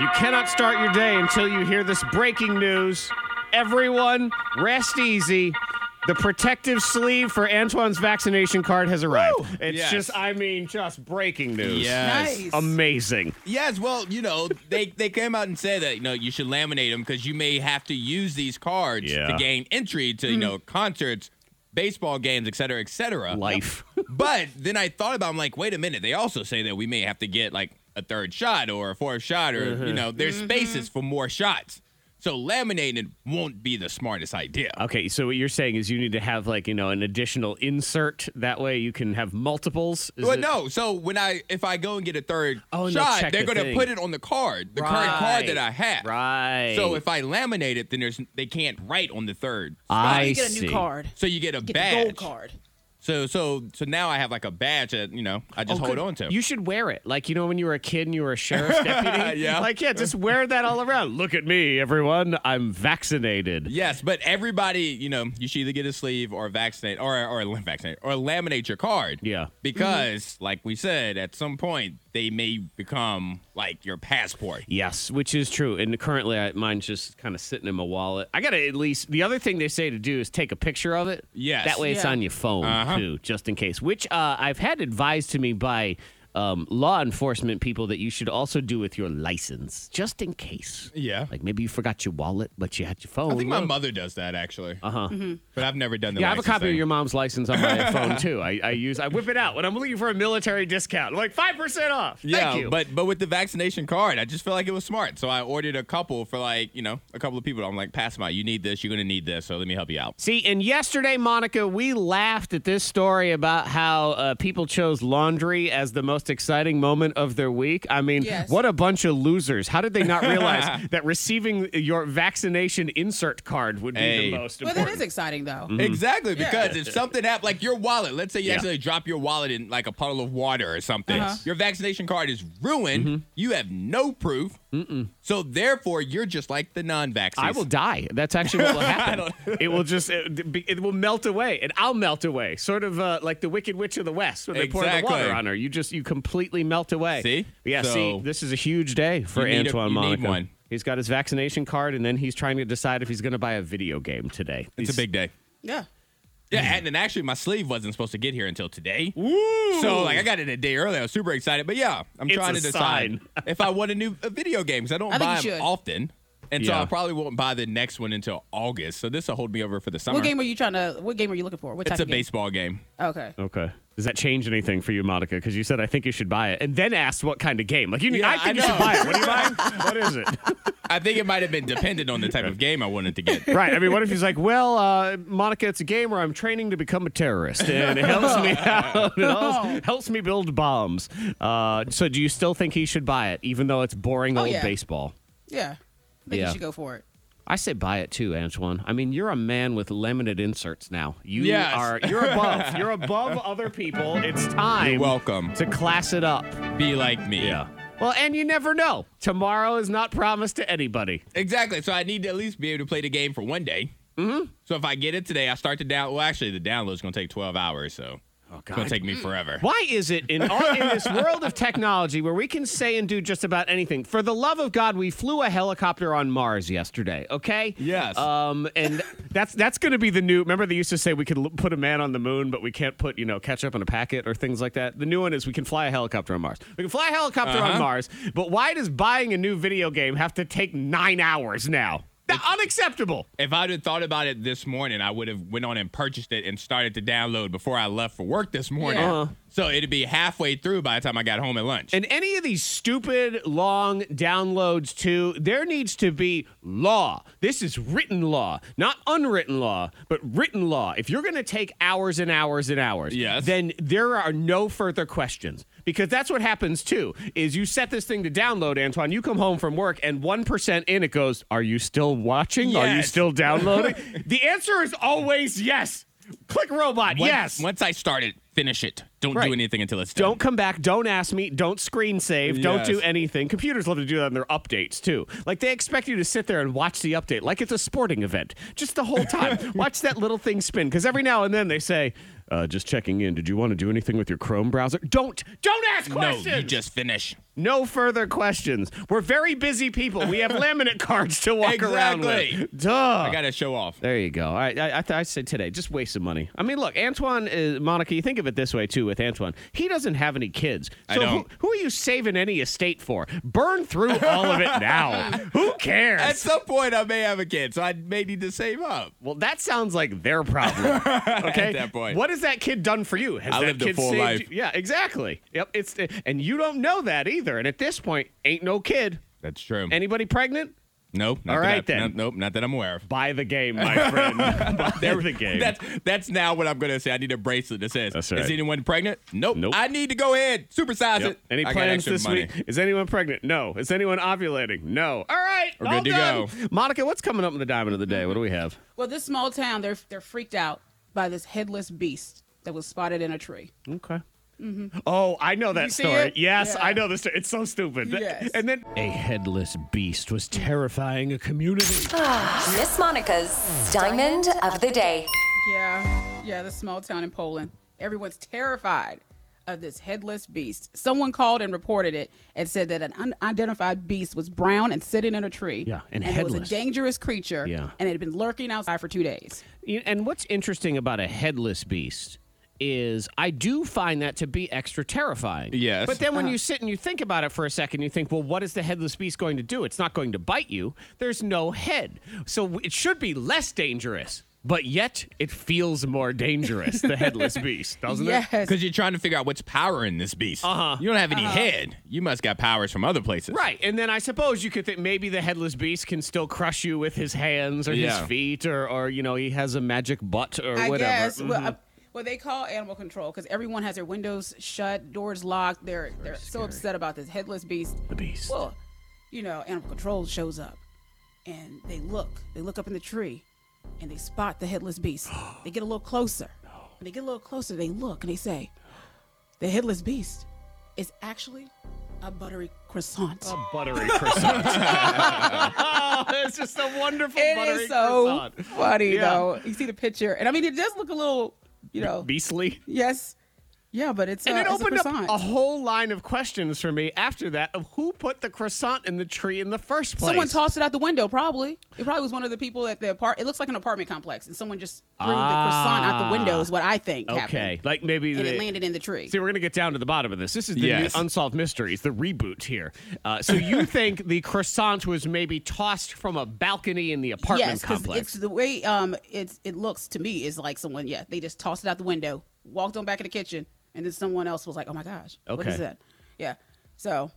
You cannot start your day until you hear this breaking news. Everyone, rest easy. The protective sleeve for Antoine's vaccination card has arrived. It's Yes. just, I mean, just breaking news. Yes. Amazing. Yes, well, you know, they, they came out and said that, you know, you should laminate them because you may have to use these cards Yeah. to gain entry Hmm. to, you know, concerts, baseball games, et cetera, et cetera. Life. But then I thought about, it, I'm like, wait a minute. They also say that we may have to get like a third shot or a fourth shot or, Mm-hmm. you know, there's spaces for more shots. So laminated won't be the smartest idea. Okay, so what you're saying is you need to have like you know an additional insert. That way you can have multiples. Is Well, it- no. So when I if I go and get a third Oh, and they'll shot, check they're the gonna thing. put it on the card, the current Right. card that I have. Right. So if I laminate it, then there's they can't write on the third. I Oh, you get a see. new card. So you get a Get badge. the gold card. So so so now I have like a badge that you know I just hold Oh, Good. on to. You should wear it. Like, you know, when you were a kid and you were a sheriff's deputy? Yeah. Like, yeah, just wear that all around. Look at me, everyone. I'm vaccinated. Yes, but everybody, you know, you should either get a sleeve or vaccinate or or lim- vaccinate or laminate your card. Yeah. Because like we said, at some point they may become like your passport. Yes, which is true. And currently, I, mine's just kind of sitting in my wallet. I got to at least, the other thing they say to do is take a picture of it. Yes. Uh-huh. That way it's Yeah. on your phone, too, just in case, which uh, I've had advised to me by um, law enforcement people that you should also do with your license, just in case. Yeah. Like maybe you forgot your wallet, but you had your phone. I think my Well, Uh-huh. mother does that actually. Uh huh. Mm-hmm. But I've never done that. Yeah, I have a copy of your mom's license on my phone too. I, I use I whip it out when I'm looking for a military discount. I'm like five percent off. Thank Yeah, you. but but with the vaccination card, I just feel like it was smart. So I ordered a couple for like you know a couple of people. I'm like, pass them out. You need this. You're gonna need this. So let me help you out. See, and yesterday, Monica, we laughed at this story about how uh, people chose laundry as the most exciting moment of their week. I mean, Yes. what a bunch of losers. How did they not realize that receiving your vaccination insert card would be Hey. the most Well, important? that is exciting though. Mm-hmm. Exactly, because if something happened, like your wallet, let's say you Yeah. Uh-huh. accidentally drop your wallet in like a puddle of water or something, your vaccination card is ruined. Mm-hmm. You have no proof. So therefore, you're just like the non-vaxxers. I will die. That's actually what will happen. it will just it, be- it will melt away, and I'll melt away. Sort of uh, like the Wicked Witch of the West when they pour Exactly. the water on her. You just you completely melt away. See? Yeah. So- see, this is a huge day for You need a- Antoine you need Monaco. one. He's got his vaccination card, and then he's trying to decide if he's going to buy a video game today. It's a He's- big day. Yeah. Yeah, Mm-hmm. and, and actually, my sleeve wasn't supposed to get here until today. So like, I got it a day early. I was super excited, but yeah, I'm It's trying a to decide sign. if I want a new a video game because I don't I think buy you them should. often, and Yeah. so I probably won't buy the next one until August. So this will hold me over for the summer. What game are you trying to? What game are you looking for? What it's type a of game? baseball game. Okay. Okay. Does that change anything for you, Monica? Because you said I think you should buy it, and then asked what kind of game. Like you, need Yeah, I think I you should know. buy it. What are you buying? what is it? I think it might have been dependent on the type of game I wanted to get. Right. I mean, what if he's like, well, uh, Monica, it's a game where I'm training to become a terrorist and it helps me out. It Oh. helps, helps me build bombs. Uh, so do you still think he should buy it, even though it's boring Oh, old yeah. baseball? Yeah. I think Yeah. you should go for it. I say buy it too, Antoine. I mean, you're a man with laminate inserts now. You Yes. are you're above. You're above other people. It's time You're welcome. to class it up. Be like me. Yeah. Well, and you never know. Tomorrow is not promised to anybody. Exactly. So I need to at least be able to play the game for one day. Mm-hmm. So if I get it today, I start to down. Well, actually, the download's going to take 12 hours, so it's going Oh, God. to take me forever. Why is it in, all, in this world of technology where we can say and do just about anything? For the love of God, we flew a helicopter on Mars yesterday. Okay. Yes. Um, and that's that's going to be the new. Remember, they used to say we could l- put a man on the moon, but we can't put you know ketchup in a packet or things like that. The new one is we can fly a helicopter on Mars. We can fly a helicopter on Uh-huh. Mars, but why does buying a new video game have to take nine hours now? That's unacceptable. If I'd have thought about it this morning, I would have went on and purchased it and started to download before I left for work this morning. Yeah. Uh-huh. So it'd be halfway through by the time I got home at lunch. And any of these stupid long downloads, too, there needs to be law. This is written law, not unwritten law, but written law. If you're going to take hours and hours and hours, Yes. then there are no further questions. Because that's what happens too. Is you set this thing to download, Antoine. You come home from work, and one percent in it goes. Are you still watching? Are you Yes. still downloading? the answer is always yes. Click robot. Once- yes. Once I start it, finish it. Don't Right. do anything until it's done. Don't come back. Don't ask me. Don't screen save. Don't Yes. do anything. Computers love to do that in their updates too. Like they expect you to sit there and watch the update like it's a sporting event. Just the whole time. watch that little thing spin because every now and then they say, uh, "Just checking in. Did you want to do anything with your Chrome browser?" Don't. Don't ask No, questions. you just finish. No further questions. We're very busy people. We have laminate cards to walk around Exactly. with. Duh. I gotta show off. There you go. All right, I, I, th- I said today, just waste some money. I mean, look, Antoine, uh, Monica, you think of it this way too. With Antoine, he doesn't have any kids, so I don't. Who, who are you saving any estate for? Burn through all of it now. who cares? At some point, I may have a kid, so I may need to save up. well, that sounds like their problem. Okay, At that point. what has that kid done for you? Has I that lived a kid full saved life. you? Yeah, exactly. Yep. It's uh, and you don't know that either. And at this point, ain't no kid. That's true. Anybody pregnant? nope. Not All that I- right, then. no- nope. Not that I'm aware of. Buy the game, my friend. Buy the game. That's that's now what I'm gonna say. I need a bracelet that says, That's right. "Is anyone pregnant?" Nope. Nope. I need to go ahead supersize Yep. it. Any I got plans extra this money. week? Is anyone pregnant? No. Is anyone ovulating? No. All right. We're all good to done. go. Monica, what's coming up in the diamond of the day? What do we have? Well, this small town, they're they're freaked out by this headless beast that was spotted in a tree. Okay. Oh, I know that Mm-hmm. You see story. it? Yes, Yeah. I know this. story. It's so stupid. That- Yes. And then a headless beast was terrifying a community. Miss Monica's Diamond of the Day. Yeah, yeah, this small town in Poland. Everyone's terrified of this headless beast. Someone called and reported it and said that an unidentified beast was brown and sitting in a tree. Yeah, and it headless. was a dangerous creature. Yeah. and it had been lurking outside for two days. You- And what's interesting about a headless beast is I do find that to be extra terrifying. Yes. But then when Uh-huh. you sit and you think about it for a second, you think, well, what is the headless beast going to do? It's not going to bite you. There's no head. So it should be less dangerous. But yet it feels more dangerous, the headless beast, doesn't yes, it? Because you're trying to figure out what's powering this beast. Uh-huh. You don't have any head. You must got powers from other places. Right. And then I suppose you could think maybe the headless beast can still crush you with his hands or Yeah. his feet or, or, you know, he has a magic butt or I whatever. Mm-hmm. guess. Well, uh, well, they call animal control because everyone has their windows shut, doors locked. They're they're so upset about this headless beast. The beast. Well, you know, animal control shows up, and they look. They look up in the tree, and they spot the headless beast. they get a little closer. And they get a little closer. They look and they say, "The headless beast is actually a buttery croissant." A buttery croissant. oh, it's just a wonderful it buttery is so croissant. funny Yeah. though. You see the picture, and I mean, it does look a little, you know, Beastly. yes. Yeah, but it's And uh, it it's a opened up croissant. a whole line of questions for me after that of who put the croissant in the tree in the first place. Someone tossed it out the window, probably. It probably was one of the people at the apart. It looks like an apartment complex, and someone just threw the croissant out Ah. the window. Is what I think Okay, happened. like maybe and they, it landed in the tree. See, we're gonna get down to the bottom of this. This is the Yes. new unsolved mysteries, the reboot here. Uh, so you think the croissant was maybe tossed from a balcony in the apartment yes, 'cause complex? it's the way um it's it looks to me is like someone yeah they just tossed it out the window, walked on back in the kitchen, and then someone else was like, oh my gosh, what Okay. is that? Yeah, so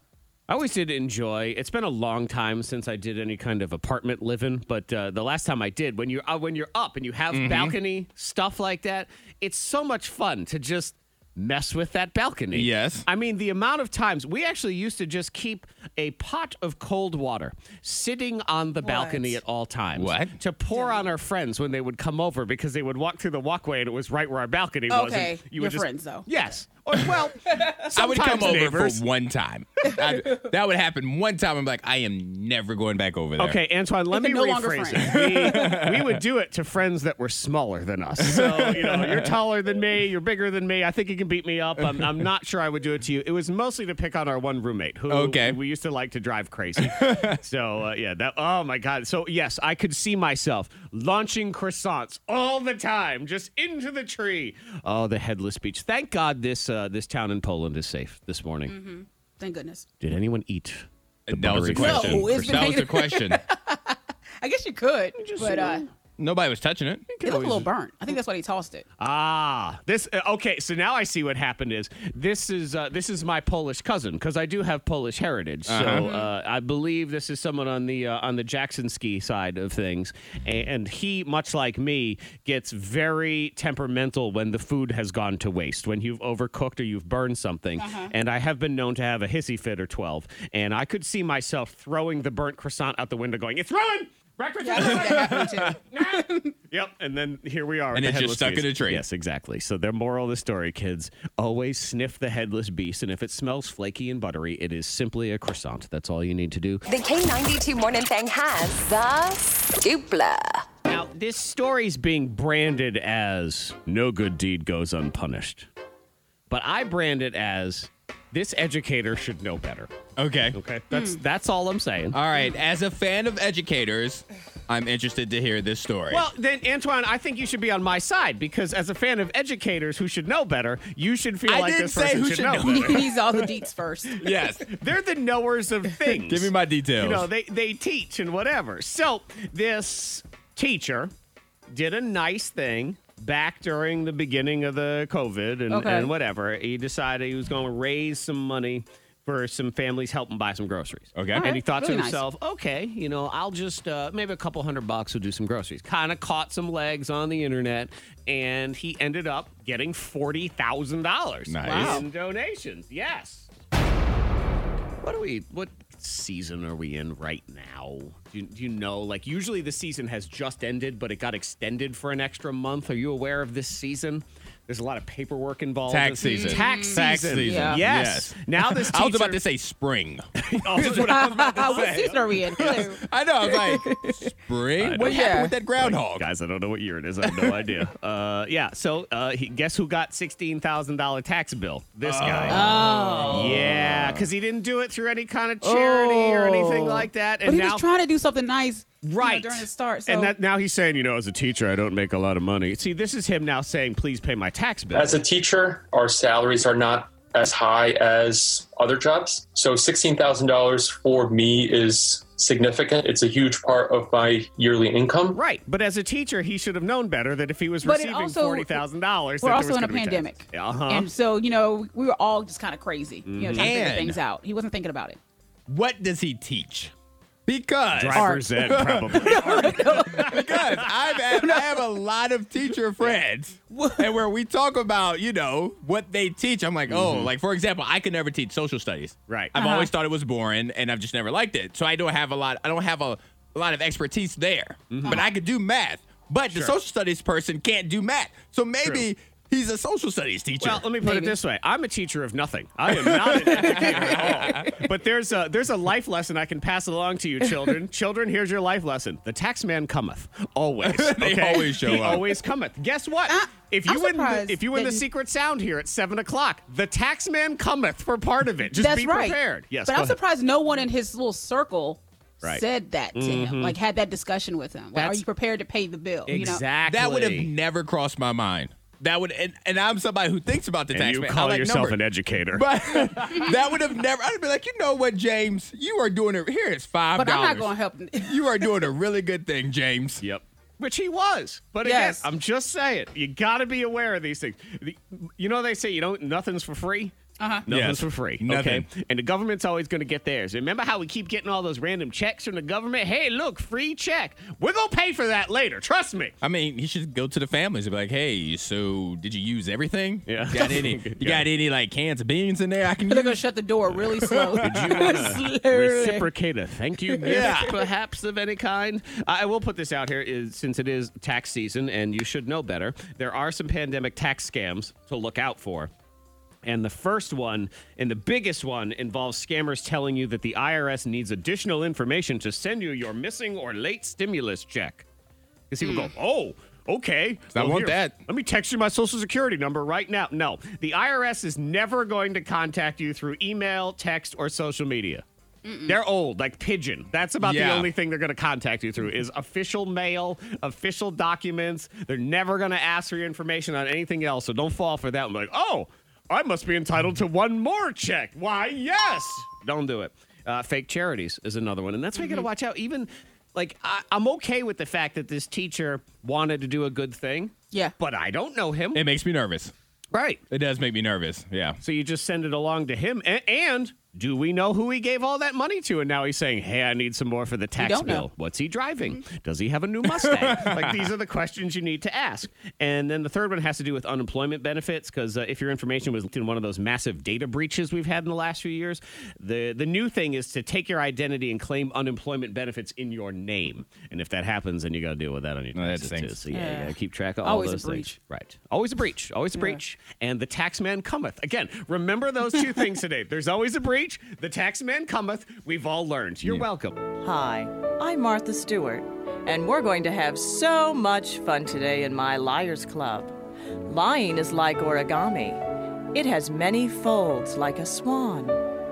I always did enjoy. It's been a long time since I did any kind of apartment living, but uh, the last time I did, when you're uh, when you're up and you have Mm-hmm. balcony stuff like that, it's so much fun to just mess with that balcony. Yes. I mean, the amount of times we actually used to just keep a pot of cold water sitting on the balcony at all times. What? To pour on our friends when they would come over because they would walk through the walkway and it was right where our balcony was. and Okay, You your would just, friends, though. Yes. Or, well, I would come sometimes over neighbors. for one time. I- that would happen one time. I'm like, I am never going back over there. Okay, Antoine, let me They're no longer rephrase it. We, we would do it to friends that were smaller than us. So, you know, you're taller than me, you're bigger than me. I think you can beat me up. I'm, I'm not sure I would do it to you. It was mostly to pick on our one roommate who Okay. we used to like to drive crazy. so, uh, yeah, that, oh my God. So, yes, I could see myself launching croissants all the time, just into the tree. Oh, the headless beach. Thank God this, uh, this town in Poland is safe this morning. Mm-hmm. thank goodness. Did anyone eat? the That was the buttery question. No, it's been that was the hanging- question. I guess you could, but uh, Nobody was touching it. It looked a little burnt. I think that's why they tossed it. Ah, this uh, okay. So now I see what happened is this is uh, this is my Polish cousin because I do have Polish heritage. So uh, I believe this is someone on the uh, on the Jacksonski side of things, and, and he, much like me, gets very temperamental when the food has gone to waste, when you've overcooked or you've burned something. And I have been known to have a hissy fit or twelve, and I could see myself throwing the burnt croissant out the window, going, "It's ruined." Breakfast Yeah, I is think that happened too. Yep, and then here we are. And the it's just headless stuck in beast. a tree. Yes, exactly. So the moral of the story, kids, always sniff the headless beast, and if it smells flaky and buttery, it is simply a croissant. That's all you need to do. The K92 Morning Thing has the dupla. Now, this story's being branded as "No good deed goes unpunished," but I brand it as "This educator should know better." Okay. Okay, that's that's all I'm saying. All right. As a fan of educators, I'm interested to hear this story. Well, then, Antoine, I think you should be on my side because, as a fan of educators who should know better, you should feel I like didn't this say person who should, should know, know better. He needs all the deets first. yes. They're the knowers of things. Give me my You details. know, they, they teach and whatever. So this teacher did a nice thing back during the beginning of the COVID and, Okay. and whatever. He decided he was going to raise some money for some families helping buy some groceries. Okay. And he Alright, thought really to nice. himself, okay, you know, I'll just, uh, maybe a couple hundred bucks will do some groceries. Kind of caught some legs on the internet and he ended up getting $40,000 Nice. Wow. in donations. Yes. What are we? What season are we in right now? Do you, do you know? Like usually the season has just ended, but it got extended for an extra month. Are you aware of this season? There's a lot of paperwork involved. Mm-hmm. Tax season. Tax season. Tax season. Yeah. Yes. Yes. Now this. Teacher, I was about to say spring. Oh, that's what I was about to what say. season are we in? Clue. I know. I was like, spring? What Yeah. happened with that groundhog? Guys, I don't know what year it is. I have no idea. Uh, yeah. So, uh, he, guess who got sixteen thousand dollar tax bill? This guy. Oh. Yeah, because he didn't do it through any kind of charity or anything Oh. like that. And But he now, was trying to do something nice you know, right during the start. So And that now he's saying, you know, as a teacher, I don't make a lot of money. See, this is him now saying, please pay my tax bill. As a teacher, our salaries are not as high as other jobs. So $16,000 for me is significant. It's a huge part of my yearly income. Right, but as a teacher, he should have known better that if he was But it receiving also- forty thousand dollars, we're also in a pandemic. Uh huh. And so, you know, we were all just kind of crazy, you know, trying to And- figure things out. He wasn't thinking about it. What does he teach? Because, Driver's ed, probably. because I've had, I have a lot of teacher friends, and where we talk about you know what they teach, I'm like, oh, like for example, I could never teach social studies. Mm-hmm. Right. I've always thought it was boring, and I've just never liked it. So I don't have a lot. I don't have a, a lot of expertise there, Mm-hmm. but I could do math. But the social studies person can't do math, so maybe he's a social studies teacher. Well, let me put it this way: I'm a teacher of nothing. I am not an educator at all. But there's a there's a life lesson I can pass along to you, children. children, here's your life lesson: the tax man cometh always. They okay? always show he up. Always cometh. Guess what? if you Ah, I'm win, the, surprised if you win that the you- secret sound here at seven o'clock, the tax man cometh for part of it. Just That's be right. prepared. Yes. but go I'm ahead. surprised no one in his little circle Right. Mm-hmm. said that to him, like had that discussion with him. Like, are That's- you prepared to pay the bill? You know? Exactly. that would have never crossed my mind. That would, and, and I'm somebody who thinks about the And tax you man. I call like yourself numbers. an educator. But that would have never. I'd have been like, you know what, James? You are doing it. Here is five But dollars. I'm not going to help him. You are doing a really good thing, James. Yep. Which he was. But Yes. again, I'm just saying, you got to be aware of these things. The- You know, they say you don't, nothing's for free. Uh-huh. Nothing's Yes. for free. Nothing. Okay. And the government's always going to get theirs. Remember how we keep getting all those random checks from the government? Hey, look, free check. We're going to pay for that later. Trust me. I mean, he should go to the families and be like, "Hey, so did you use everything? Yeah. Got any? You got any like cans of beans in there? I can They're use. going to shut the door really slow. Slowly. uh, reciprocate a thank you gift, Yeah. perhaps of any kind. I I will put this out here is since it is tax season and you should know better. There are some pandemic tax scams to look out for. And the first one and the biggest one involves scammers telling you that the IRS needs additional information to send you your missing or late stimulus check. Because people go, oh, okay. Hmm. I want that. Let me text you my social security number right now. No, the IRS is never going to contact you through email, text, or social media. They're old, like pigeon. That's about Yeah. the only thing they're going to contact you through is official mail, official documents. They're never going to ask for your information on anything else. So don't fall for that. one. like, oh, I must be entitled to one more check. Why, yes. Don't do it. Uh, fake charities is another one, and that's why you got to watch out. Even like I, I'm okay with the fact that this teacher wanted to do a good thing. Yeah. But I don't know him. It makes me nervous. right. It does make me nervous. Yeah. So you just send it along to him. A- and do we know who he gave all that money to? And now he's saying, hey, I need some more for the tax don't know. Mm-hmm. bill. What's he driving? Does he have a new Mustang? like, these are the questions you need to ask. And then the third one has to do with unemployment benefits because uh, if your information was in one of those massive data breaches we've had in the last few years, the, the new thing is to take your identity and claim unemployment benefits in your name. And if that happens, then you got to deal with that on your that taxes too. stinks. So yeah, you Yeah. got to keep track of Always all a those things. breach. Right. Always a breach. Always a breach. And the tax man cometh. Again, remember those two things today. There's always a breach. The tax man cometh. We've all learned. You're welcome. Hi, I'm Martha Stewart, and we're going to have so much fun today in my Liars Club. Lying is like origami, it has many folds like a swan.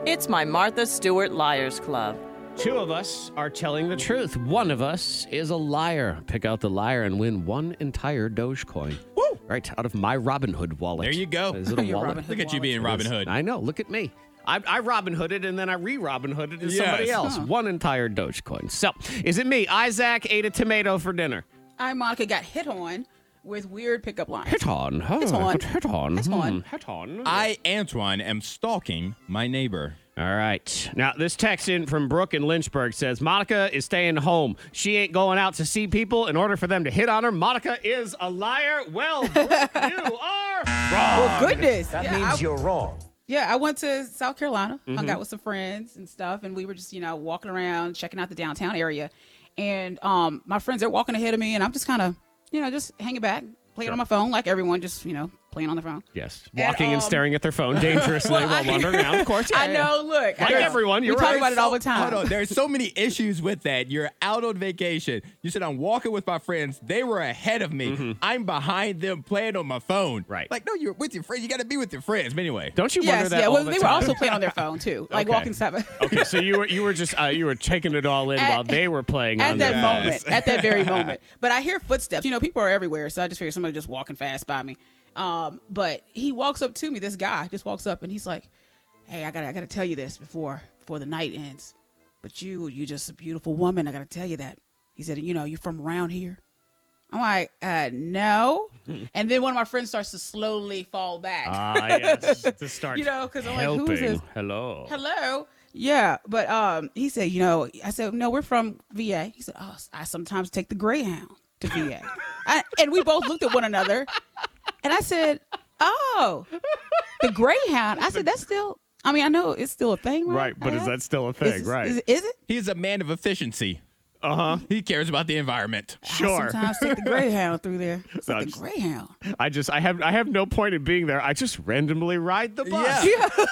It's my Martha Stewart Liars Club. Two of us are telling the truth. One of us is a liar. Pick out the liar and win one entire Dogecoin. Woo! Right out of my Robin Hood wallet. There you go. Is it a Your wallet? Robin Hood Look at you wallet. being Robin Hood. I know. Look at me. I, I Robin Hooded and then I re Robin Hooded to somebody Yes. else. Huh. One entire Dogecoin. So, is it me? Isaac ate a tomato for dinner. I, Monica, got hit on with weird pickup lines. Hit on. huh? Hit on. Hit on. Hit on. Hmm, Hit on. I, Antoine, am stalking my neighbor. All right. Now, this text in from Brooke in Lynchburg says Monica is staying home. She ain't going out to see people in order for them to hit on her. Monica is a liar. Well, Brooke, you are. Goodness. That yeah, means I, you're wrong. yeah, I went to South Carolina, Mm-hmm. hung out with some friends and stuff, and we were just, you know, walking around, checking out the downtown area. And um, my friends, they're walking ahead of me, and I'm just kind of, you know, just hanging back, playing on my phone like everyone, just, you know, playing on the phone. Yes. Walking and um, staring at their phone dangerously while wandering around. Of course. I know, look. I Like know. everyone, we you're talk right. about it all the So- time. Oh, Hold on. There's so many issues with that. You're out on vacation. You said I'm walking with my friends. They were ahead of me. I'm behind them playing on my phone. Mm-hmm. Right. Like, no, you're with your friends. You got to be with your friends. But anyway. Don't you wonder Yes, that? yeah. all Well, the they were time? also playing on their phone too, like Okay. walking seven. okay, so you were you were just uh, you were taking it all in At- while they were playing at on that their phone. moment, at that very moment. But I hear footsteps. You know, people are everywhere, so I just figured somebody just walking fast by me. Um, but he walks up to me. This guy just walks up and he's like, "Hey, I gotta, I gotta tell you this before before the night ends. But you, you just a beautiful woman. I gotta tell you that." He said, "You know, you're from around here." I'm like, uh, "No." and then one of my friends starts to slowly fall back. Ah, yes. To start You know, 'cause I'm like, helping. who's this? Hello. hello yeah but um he said you know i said no we're from va he said oh i sometimes take the greyhound to va I, and we both looked at one another and i said oh the greyhound i said that's still i mean i know it's still a thing right Uh-huh. Right, but is that still a Is- thing? Right. is, is it He's a man of efficiency. Uh-huh. Uh huh. He cares about the environment. Sure. I sometimes take the greyhound through there I said, I'm the just- greyhound I just I have I have no point in being there. I just randomly ride the bus. Yeah.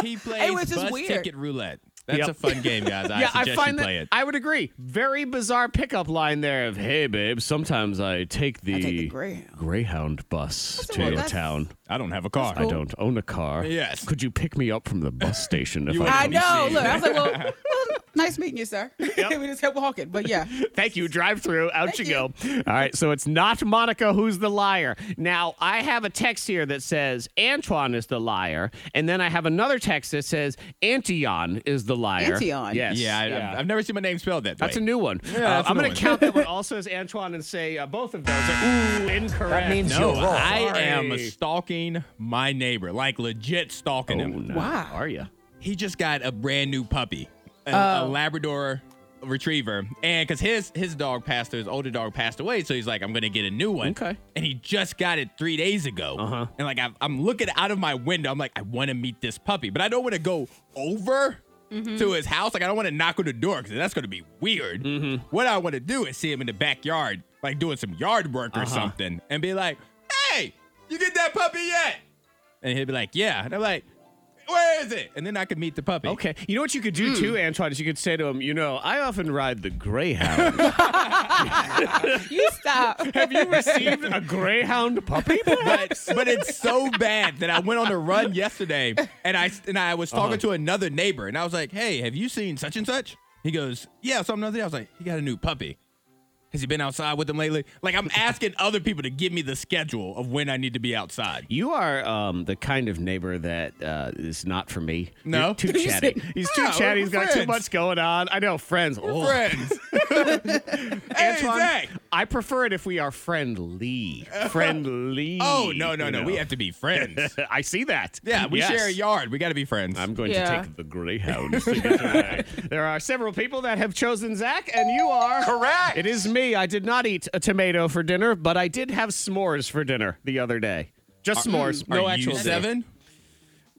he plays which is bus weird. ticket roulette. That's Yep. a fun game, guys. I yeah, I suggest find you that play it. I would agree. Very bizarre pickup line there of "Hey, babe, sometimes I take the, take the Greyhound." Greyhound bus said, to well, your that's- town. I don't have a car. I don't own a car. Yes. Could you pick me up from the bus station if You I? i Let me know see. look i was like well, well, nice meeting you sir we just kept walking but yeah Thank you. Drive through. Out you, go. All right. So it's not Monica who's the liar. Now, I have a text here that says Antoine is the liar. And then I have another text that says Antion is the liar. Antion. Yes. Yeah, I, I've, I've never seen my name spelled that way. That's a new one. Uh, that's I'm a new going one. to count that one also as Antoine and say uh, both of those are ooh, incorrect. That means No, you're wrong. I am Sorry. stalking my neighbor, like legit Oh, stalking him. no. Why? Are you? He just got a brand new puppy, a, a Labrador retriever, and because his his dog passed, his older dog passed away, so he's like, I'm gonna get a new one. Okay. And he just got it three days ago, uh-huh. and like I've, I'm looking out of my window, I'm like, I want to meet this puppy, but I don't want to go over. To his house, like I don't want to knock on the door because that's going to be weird. What I want to do is see him in the backyard, like doing some yard work or something, and be like, "Hey, you get that puppy yet?" And he'll be like, "Yeah," and I'm like, "Where is it?" And then I could meet the puppy. Okay. You know what you could do Hmm. too, Antoine, is you could say to him, you know, I often ride the Greyhound. you stop have you received a Greyhound puppy? but but it's so bad that I went on a run yesterday and I and I was talking Uh-huh. to another neighbor and I was like, "Hey, have you seen such and such?" He goes, "Yeah, something other day." I was like, "He got a new puppy." Has he been outside with them lately? Like I'm asking other people to give me the schedule of when I need to be outside. You are um, the kind of neighbor that uh, is not for me. No? You're too You chatty. said- He's too Yeah, chatty. we're He's got too friends. much going on. I know friends. Oh. Friends. hey, Antoine, Zach. I prefer it if we are friendly. Friendly. Oh no no you no. know. We have to be friends. I see that. Yeah, we Yes. share a yard. We got to be friends. I'm going Yeah. to take the Greyhound. to get away. there are several people that have chosen Zach, and you are Correct. It is me. I did not eat a tomato for dinner, but I did have s'mores for dinner the other day. Just s'mores, Are no you actual dinner. seven.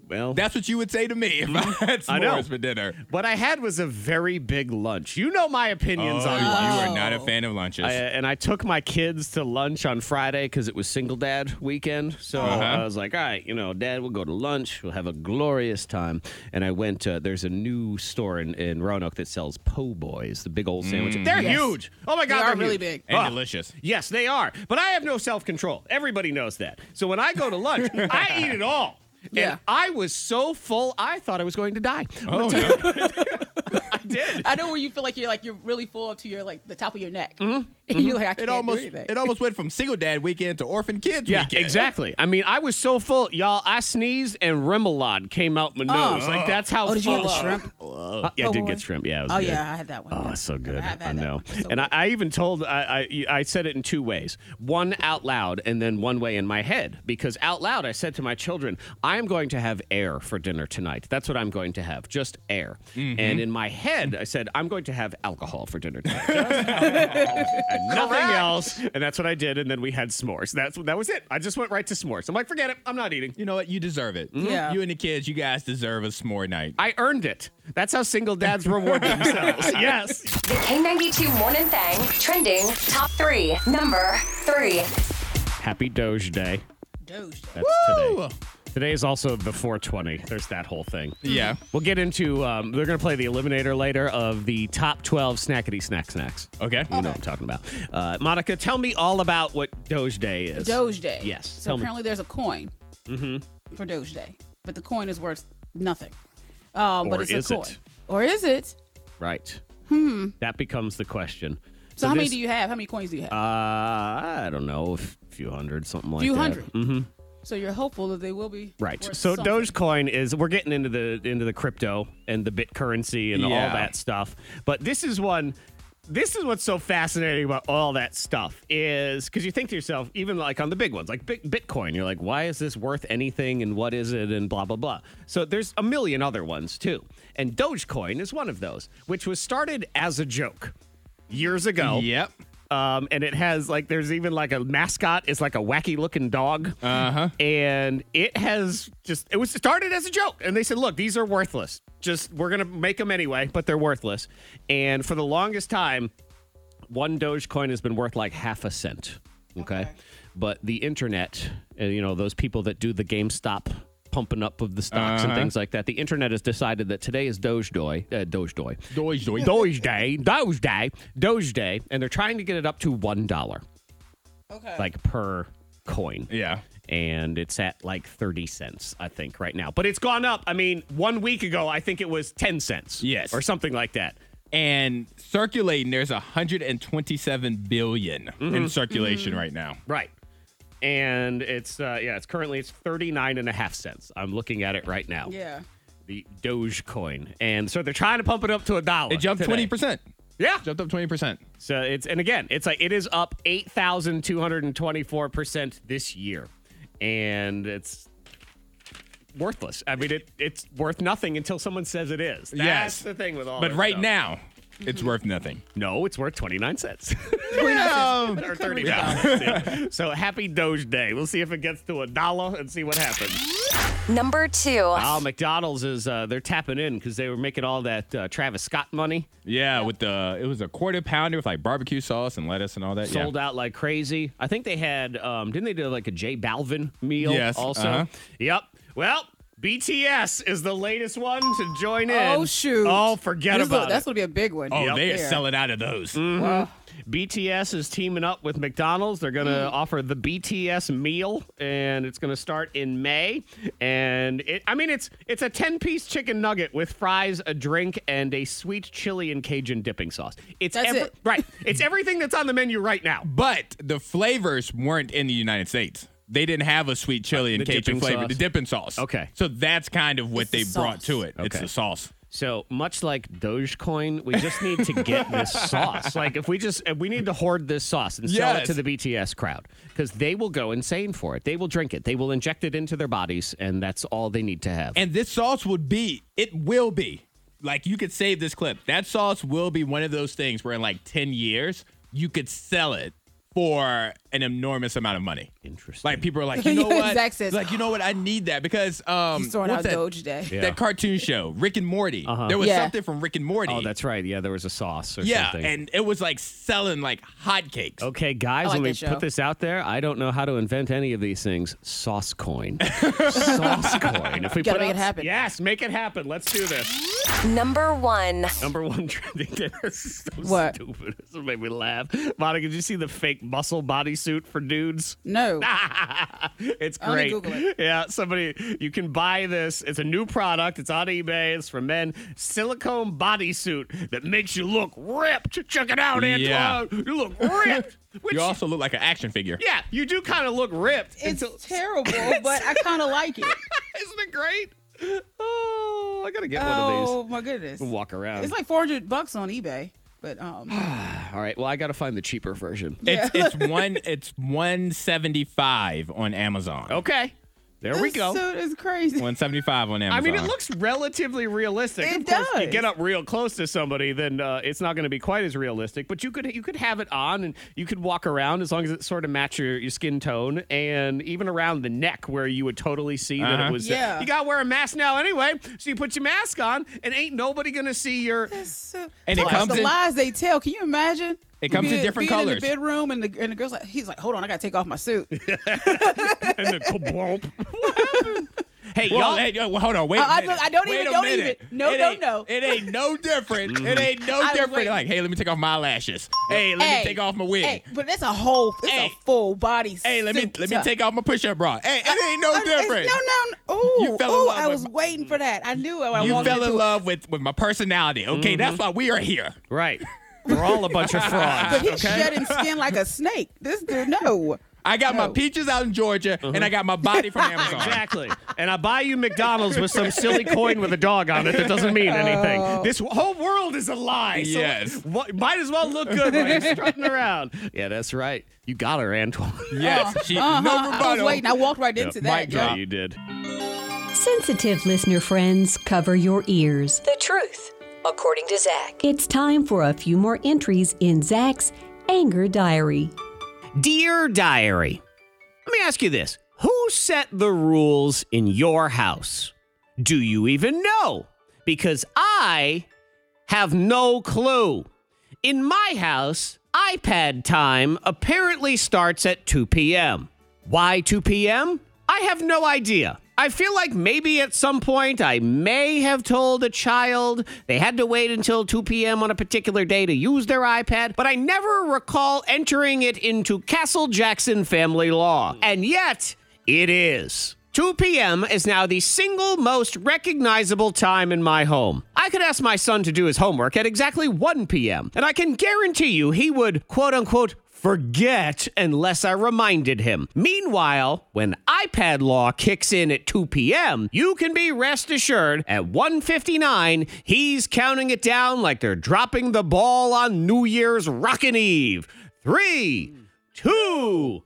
Well, That's what you would say to me if I had I know. s'mores for dinner. what I had was a very big lunch. You know my opinions Oh, on lunch. Oh, you are not a fan of lunches. I, uh, and I took my kids to lunch on Friday because it was single dad weekend. So Uh-huh. I was like, all right, you know, dad, we'll go to lunch. We'll have a glorious time. And I went to, there's a new store in, in Roanoke that sells po' boys, the big old sandwich. Mm. They're huge. Oh my God, are they're really huge. big. and Ah. delicious. Yes, they are. But I have no self control. Everybody knows that. So when I go to lunch, I eat it all. Yeah. And I was so full, I thought I was going to die. Oh, no. I know where you feel like you're like you're really full up to your like the top of your neck. Mm-hmm. you're like I can't it almost do anything. it almost went from single dad weekend to orphan kids Yeah, weekend. exactly. I mean, I was so full, y'all. I sneezed and Remoulade came out my nose. Like that's how. oh, did you full have the shrimp? Uh, yeah, I did boy. get shrimp. Yeah, it was Oh good. yeah, I had that one. Oh, it's so good. I had I, that know. one. It's so and I, good. I even told I, I I said it in two ways. One out loud and then one way in my head. Because out loud I said to my children, I am going to have air for dinner tonight. That's what I'm going to have. Just air. And in my head I said, I'm going to have alcohol for dinner tonight. Just alcohol and nothing else. And that's what I did. And then we had s'mores. That's that was it. I just went right to s'mores. I'm like, forget it. I'm not eating. You know what? You deserve it. Yeah. You and the kids, you guys deserve a s'more night. I earned it. That's how single dads reward themselves. Yes. The K92 Morning Thang trending top three. Number three. Happy Doge Day. Doge. That's Woo! Mm-hmm. today. Today is also the 420. There's that whole thing. Yeah. We'll get into. Um, they're going to play the eliminator later of the top 12 snackety snack snacks. Okay. You know what I'm talking about. Uh, Monica, tell me all about what Doge Day is. Doge Day. Yes, So tell me. Mm-hmm. apparently there's a coin for Doge Day, but the coin is worth nothing. Um, but Or it's is a it? coin. Or is it? Right. Hmm. That becomes the question. So, how many this- do you have? How many coins do you have? Uh, I don't know, a few hundred, something like Few that. Mm-hmm. hundred. So you're hopeful that they will be Right. worth So something. Dogecoin is we're getting into the into the crypto and the bit currency and all Yeah. that stuff. But this is one this is what's so fascinating about all that stuff is because you think to yourself, even like on the big ones, like Bit- Bitcoin, you're like, why is this worth anything and what is it and blah, blah, blah. So there's a million other ones too. And Dogecoin is one of those, which was started as a joke years ago. Yep. Um, and it has like there's even like a mascot is like a wacky looking dog. Uh-huh. And it has just it was started as a joke, and they said, look, these are worthless. Just we're gonna make them anyway, but they're worthless. And for the longest time, one Dogecoin has been worth like half a cent. Okay. But the internet, uh, you know, those people that do the GameStop pumping up of the stocks and things like that, the internet has decided that today is Doge Doy, uh, Doge Doy, Doge Doy. Doge Day, Doge Day, Doge Day, and they're trying to get it up to one dollar, Okay. like per coin. Yeah. And it's at like thirty cents, I think, right now. But it's gone up. I mean, one week ago, I think it was ten cents. Yes. or something like that. And circulating, there's 127 billion in circulation right now. Right. And it's uh, yeah, it's currently it's 39 and a half cents. I'm looking at it right now. yeah. The Dogecoin. And so they're trying to pump it up to a dollar. It jumped today. 20%. Yeah. Jumped up 20%. So it's and again, it's like it is up 8,224% this year. And it's worthless. I mean it it's worth nothing until someone says it is. That's Yes. the thing with all But this right stuff. now, it's worth nothing. No, it's worth 29 cents. Um, or 30 cents. Yeah. So happy Doge Day. We'll see if it gets to a dollar and see what happens. Number two. Oh, McDonald's is uh, they're tapping in because they were making all that uh, Travis Scott money yeah, with the, it was a quarter pounder with like barbecue sauce and lettuce and all that. sold out like crazy. I think they had um, didn't they do like a J Balvin meal Yes, also? uh-huh. Yep. Well, BTS is the latest one to join in. Oh shoot! Oh, forget This is- about it. That's gonna be a big one. Oh, Yep. they are There. selling out of those. Mm-hmm. BTS is teaming up with McDonald's. They're going Mm. to offer the BTS meal, and it's going to start in May. And it, I mean, it's it's a ten piece chicken nugget with fries, a drink, and a sweet chili and Cajun dipping sauce. It's That's ever- it. right. It's everything that's on the menu right now. But the flavors weren't in the United States. They didn't have a sweet chili and Uh, the dipping Cajun flavor, sauce. the dipping sauce. Okay. So that's kind of what It's the they brought sauce. to it. It's Okay. the sauce. So much like Dogecoin, we just need to get this sauce. Like if we just if we need to hoard this sauce and sell Yes. it to the BTS crowd because they will go insane for it. They will drink it. They will inject it into their bodies, and that's all they need to have. And this sauce would be, it will be, like you could save this clip. That sauce will be one of those things where in like 10 years, you could sell it for an enormous amount of money. Interesting. Like people are like, you know what? Zach says- like, you know what? I need that because um He's throwing what's out that, Doge Day. Yeah. Uh-huh. that cartoon show, Rick and Morty. There was Yeah. something from Rick and Morty. Oh, that's right. Yeah, there was a sauce or yeah, something. and it was like selling like hotcakes. okay, guys, I like let me that show. put this out there. I don't know how to invent any of these things. Sauce coin. sauce coin. If we Gotta put out- make it happen. Yes, make it happen. Let's do this. Number one. Number one trending dinner. This is so What? stupid. This made me laugh. Monica, did you see the fake muscle bodysuit for dudes? No. it's I wanna great. Google it. Yeah, somebody you can buy this. It's a new product. It's on eBay. It's for men. Silicone bodysuit that makes you look ripped. Check it out, Yeah. Antoine. You look ripped. Which, You also look like an action figure. yeah, you do kind of look ripped. It's until- terrible, but I kind of like it. Isn't it great? Oh, I gotta get one Oh of my goodness! these. Walk around. It's like 400 bucks on eBay, but um, All right. Well, I gotta find the cheaper version. It's it's one it's one seventy five on Amazon. Okay. There we go. So it's crazy. Oh, One seventy five on Amazon. I mean, it looks relatively realistic. It of course, You does. get up real close to somebody, then uh, it's not going to be quite as realistic. But you could you could have it on, and you could walk around as long as it sort of match your, your skin tone, and even around the neck where you would totally see that it was. uh, Yeah. You got to wear a mask now anyway, so you put your mask on, and ain't nobody going to see your. So, And it plus comes the in- lies they tell. Can you imagine? It comes in Being- different being colors. In the bedroom, and the, and the girl's like, he's like, hold on, I gotta take off my suit. and the kablump. hey, Well, y'all. hey, well, hold on, wait. a Uh, I don't- minute. I don't Wait even- a don't minute. even. No, It no, ain't- no. It ain't no different. it ain't no I was different. waiting. Like, hey, let me take off my eyelashes. Hey, let me take off my wig. Hey, but that's a whole, it's Hey. a full body. Hey, let me suit. let me take off my push-up bra. Hey, it ain't no Uh, it's- different. No, no, no. Ooh, You fell in ooh, love I with was waiting for that. I knew it. when I You walked fell into in it. love with with my personality. Okay, that's why we are here. Right. We're all a bunch of frauds. But he's shedding skin like a snake. This dude, no. I got my No. peaches out in Georgia, and I got my body from Amazon. Exactly. And I buy you McDonald's with some silly coin with a dog on it that doesn't mean anything. Oh. This whole world is a lie. So Yes. what- might as well look good when you're strutting around. Yeah, that's right. You got her, Antoine. Yes, she, Uh-huh, no I was rebuttal. waiting. I walked right into mic that. drop. Yeah, you did. Sensitive listener friends, cover your ears. The truth, according to Zach. It's time for a few more entries in Zach's Anger Diary. Dear Diary, let me ask you this Who set the rules in your house? Do you even know? Because I have no clue. In my house, iPad time apparently starts at 2 p.m. Why 2 p.m.? I have no idea. I feel like maybe at some point I may have told a child they had to wait until 2 p.m. on a particular day to use their iPad, but I never recall entering it into Castle Jackson family law. And yet, it is. 2 p.m. is now the single most recognizable time in my home. I could ask my son to do his homework at exactly 1 p.m., and I can guarantee you he would, quote unquote, forget unless I reminded him. Meanwhile, when iPad law kicks in at 2 p.m., you can be rest assured at 1:59 he's counting it down like they're dropping the ball on New Year's Rockin' Eve. Three, two,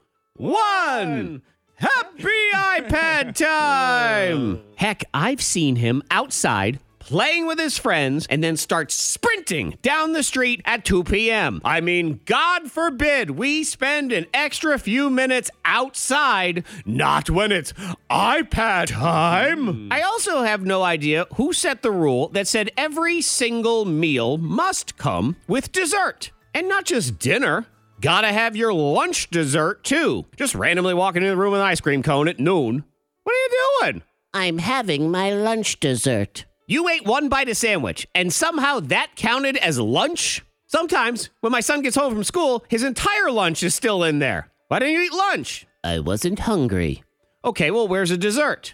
one. Happy iPad time! Heck, I've seen him outside playing with his friends and then starts sprinting down the street at 2 p.m. I mean, God forbid we spend an extra few minutes outside, not when it's iPad time. I also have no idea who set the rule that said every single meal must come with dessert, and not just dinner. Gotta have your lunch dessert too. Just randomly walking in the room with an ice cream cone at noon. What are you doing? I'm having my lunch dessert. You ate one bite of sandwich, and somehow that counted as lunch? Sometimes, when my son gets home from school, his entire lunch is still in there. Why didn't you eat lunch? I wasn't hungry. Okay, well, where's a dessert?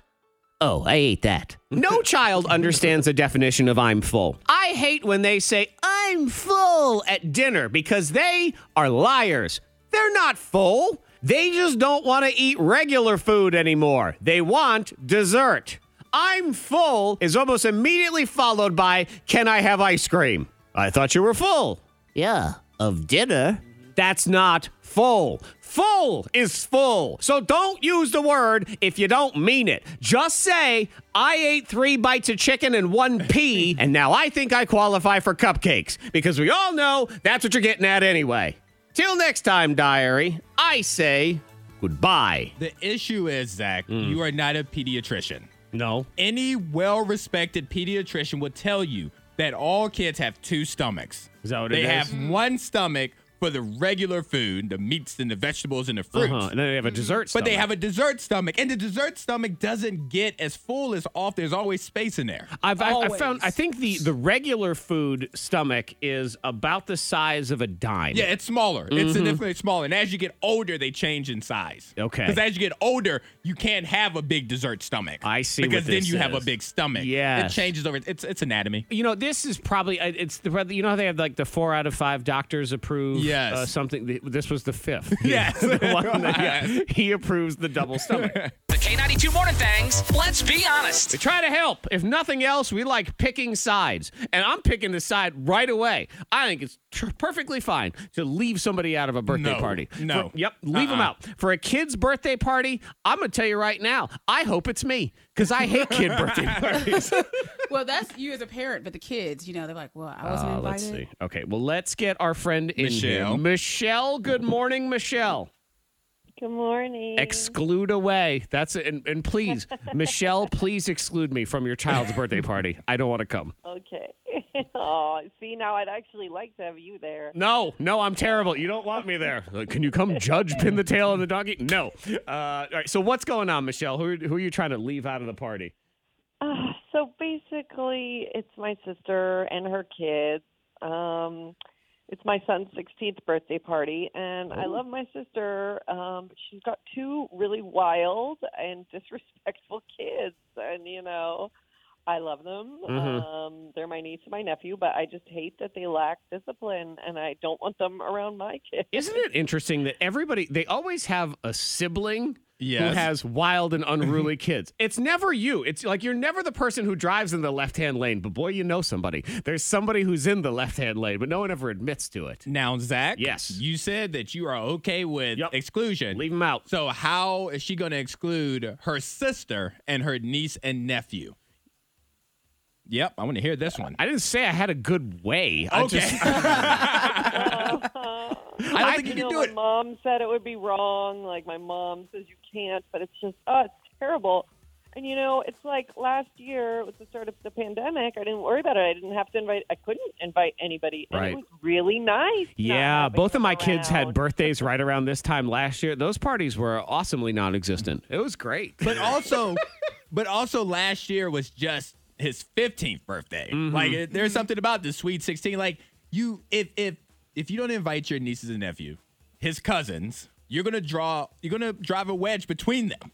Oh, I ate that. No child understands the definition of I'm full. I hate when they say, I'm full at dinner because they are liars. They're not full. They just don't want to eat regular food anymore. They want dessert. I'm full is almost immediately followed by, Can I have ice cream? I thought you were full. Yeah, of dinner. That's not full. Full is full. So don't use the word if you don't mean it. Just say, I ate three bites of chicken and one pea, and now I think I qualify for cupcakes. Because we all know that's what you're getting at anyway. Till next time, diary, I say goodbye. The issue is, Zach, Mm. you are not a pediatrician. No. Any well respected pediatrician will tell you that all kids have two stomachs. Is that what it they is? have one stomach for the regular food, the meats and the vegetables and the fruits. Uh-huh. And then they have a dessert But they stomach. have a dessert stomach, and the dessert stomach doesn't get as full as off. There's always space in there. I've, I've, I've Always. found, I think the, the regular food stomach is about the size of a dime. Yeah, it's smaller. Mm-hmm. It's significantly smaller. And as you get older, they change in size. Okay. Because as you get older, you can't have a big dessert stomach. I see what Because then this you have a is. big stomach. Yes. It changes over. It's it's anatomy. You know, this is probably uh, it's the you know how they have like the four out of five doctors approve Yes. uh, something. Th- This was the fifth. Yes. the one that, yeah, he approves the double stomach. The K92 Morning Thangs. Let's be honest. we try to help. If nothing else, we like picking sides, and I'm picking the side right away. I think it's tr- perfectly fine to leave somebody out of a birthday No. party. No. For- yep, leave them Uh-uh. out for a kid's birthday party. I'm gonna tell you right now. I hope it's me because I hate kid birthday parties. Well, that's you as a parent, but the kids, you know, they're like, well, I wasn't Uh, invited. let's see. Okay, well, let's get our friend in here. Michelle. Michelle, good morning, Michelle. Good morning. Exclude away. That's it. And, and please, Michelle, please exclude me from your child's birthday party. I don't want to come. okay. oh, see now I'd actually like to have you there. No, no, I'm terrible. You don't want me there. Uh, Can you come judge pin the tail on the donkey? No. Uh, all right. So what's going on, Michelle? Who, are- who are you trying to leave out of the party? Uh, so basically, it's my sister and her kids. Um, it's my son's 16th birthday party, and I love my sister. Um, but she's got two really wild and disrespectful kids, and you know, I love them. Mm-hmm. Um, they're my niece and my nephew, but I just hate that they lack discipline, and I don't want them around my kids. Isn't it interesting that everybody they always have a sibling Yes. who has wild and unruly kids? It's never you. It's like you're never the person who drives in the left-hand lane, but boy, you know somebody. There's somebody who's in the left-hand lane, but no one ever admits to it. Now, Zach. Yes. You said that you are okay with Yep. exclusion. Leave them out. So how is she going to exclude her sister and her niece and nephew? Yep, I want to hear this one. I didn't say I had a good way. I okay. just- I don't think you you can know, do my it. mom said it would be wrong. Like my mom says you can't, but it's just oh, it's terrible. And you know, it's like last year with the start of the pandemic, I didn't worry about it. I didn't have to invite. I couldn't invite anybody, and Right. it was really nice. not yeah, having both of them my kids had around. birthdays right around this time last year. Those parties were awesomely non-existent. It was great. But also, but also last year was just his 15th birthday. Mm-hmm. Like it- there's something about the sweet 16. Like you, if if if you don't invite your nieces and nephew, his cousins, you're gonna draw, you're gonna drive a wedge between them.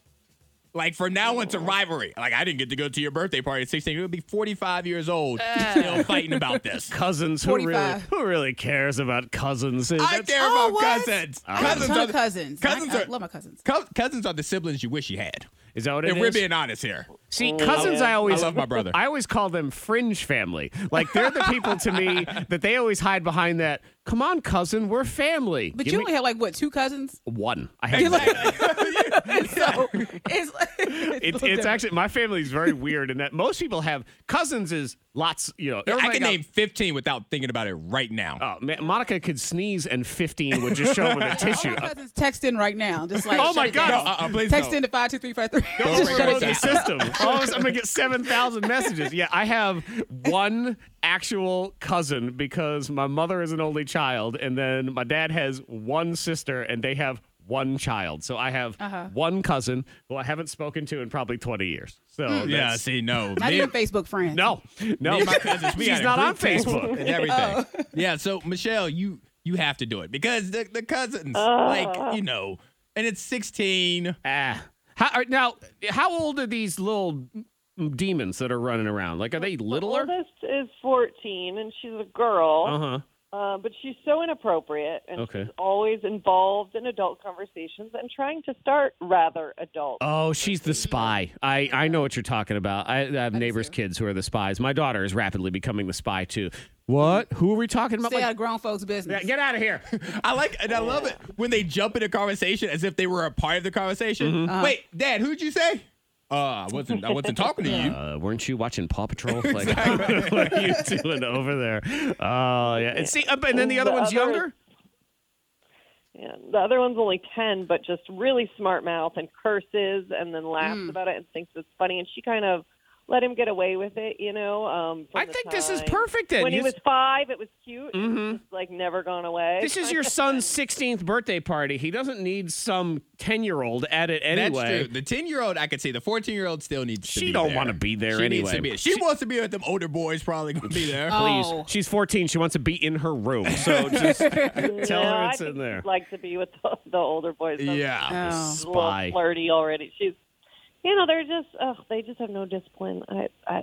Like from now on, it's a rivalry. Like I didn't get to go to your birthday party at 16. You're gonna be 45 years old, Uh. still fighting about this. cousins who really 45. who really cares about cousins? I That's- care Oh, about what? cousins. I have a ton are of the- cousins. Cousins I, I are- love my cousins. cou- cousins are the siblings you wish you had. Is that what it If is? we're being honest here, See, cousins, I always Oh, I love my brother. I always call them fringe family. Like they're the people to me that they always hide behind that. Come on, cousin, we're family. But Give you me only have like what two cousins? one. I have one. so it's it's, It's, a little it's actually my family's very weird in that most people have cousins is lots. You know, I everybody can got- name 15 without thinking about it right now. Oh, Ma- Monica could sneeze and 15 would just show up with a different. tissue. All my cousins text in right now, just like Oh shut my it God. down. uh, No, uh-uh, please text don't. in to five two three five three. Don't Just bring shut it it the down. down. system. All of a sudden, I'm gonna get seven thousand messages. Yeah, I have one actual cousin because my mother is an only child, and then my dad has one sister, and they have one child. So I have Uh-huh. one cousin who I haven't spoken to in probably 20 years. So Oh, Mm. Yeah, that's- see, no. Not even Facebook friends. No, no. Me and my cousins, we She's had a not group on text Facebook. and everything. Yeah, so Michelle, you you have to do it because the, the cousins, Ah. like you know, and it's sixteen. Ah, how, are- now how old are these little demons that are running around? Like, are they littler? The oldest is 14, and she's a girl. Uh-huh. Uh, but she's so inappropriate, and Okay. she's always involved in adult conversations and trying to start rather adult. Oh, she's the spy. I, I know what you're talking about. I, I have neighbors' kids who are the spies. My daughter is rapidly becoming the spy too. What? Who are we talking about? Stay Like- out of grown folks' business. get out of here. I like and I love it when they jump in a conversation as if they were a part of the conversation. Mm-hmm. Uh-huh. Wait, Dad, who'd you say? Uh, I wasn't. I wasn't talking to you. Uh, weren't you watching Paw Patrol? Like, what are you doing over there? Oh, yeah. And see, uh, and then the other one's younger. Yeah, the other one's only 10, but just really smart mouth and curses and then laughs Hmm. about it and thinks it's funny. And she kind of let him get away with it, you know. Um, I think this is perfect then. When You he was s- Mm-hmm. five, it was cute. It's just, like never gone away. This is your son's 16th birthday party. He doesn't need some 10 year old at it That's anyway. true. The ten-year-old, I could see. The fourteen-year-old still needs. to She be don't there. wanna be there she Needs anyway. to be, she, wants to be with them older boys. Probably gonna be there. Please. Oh. She's 14. She wants to be in her room. So just tell her I it's think in there. she'd like to be with the, the older boys. Those Yeah, the kids are a spy. little flirty already. She's, you know, they're just, oh, they just have no discipline. I, I,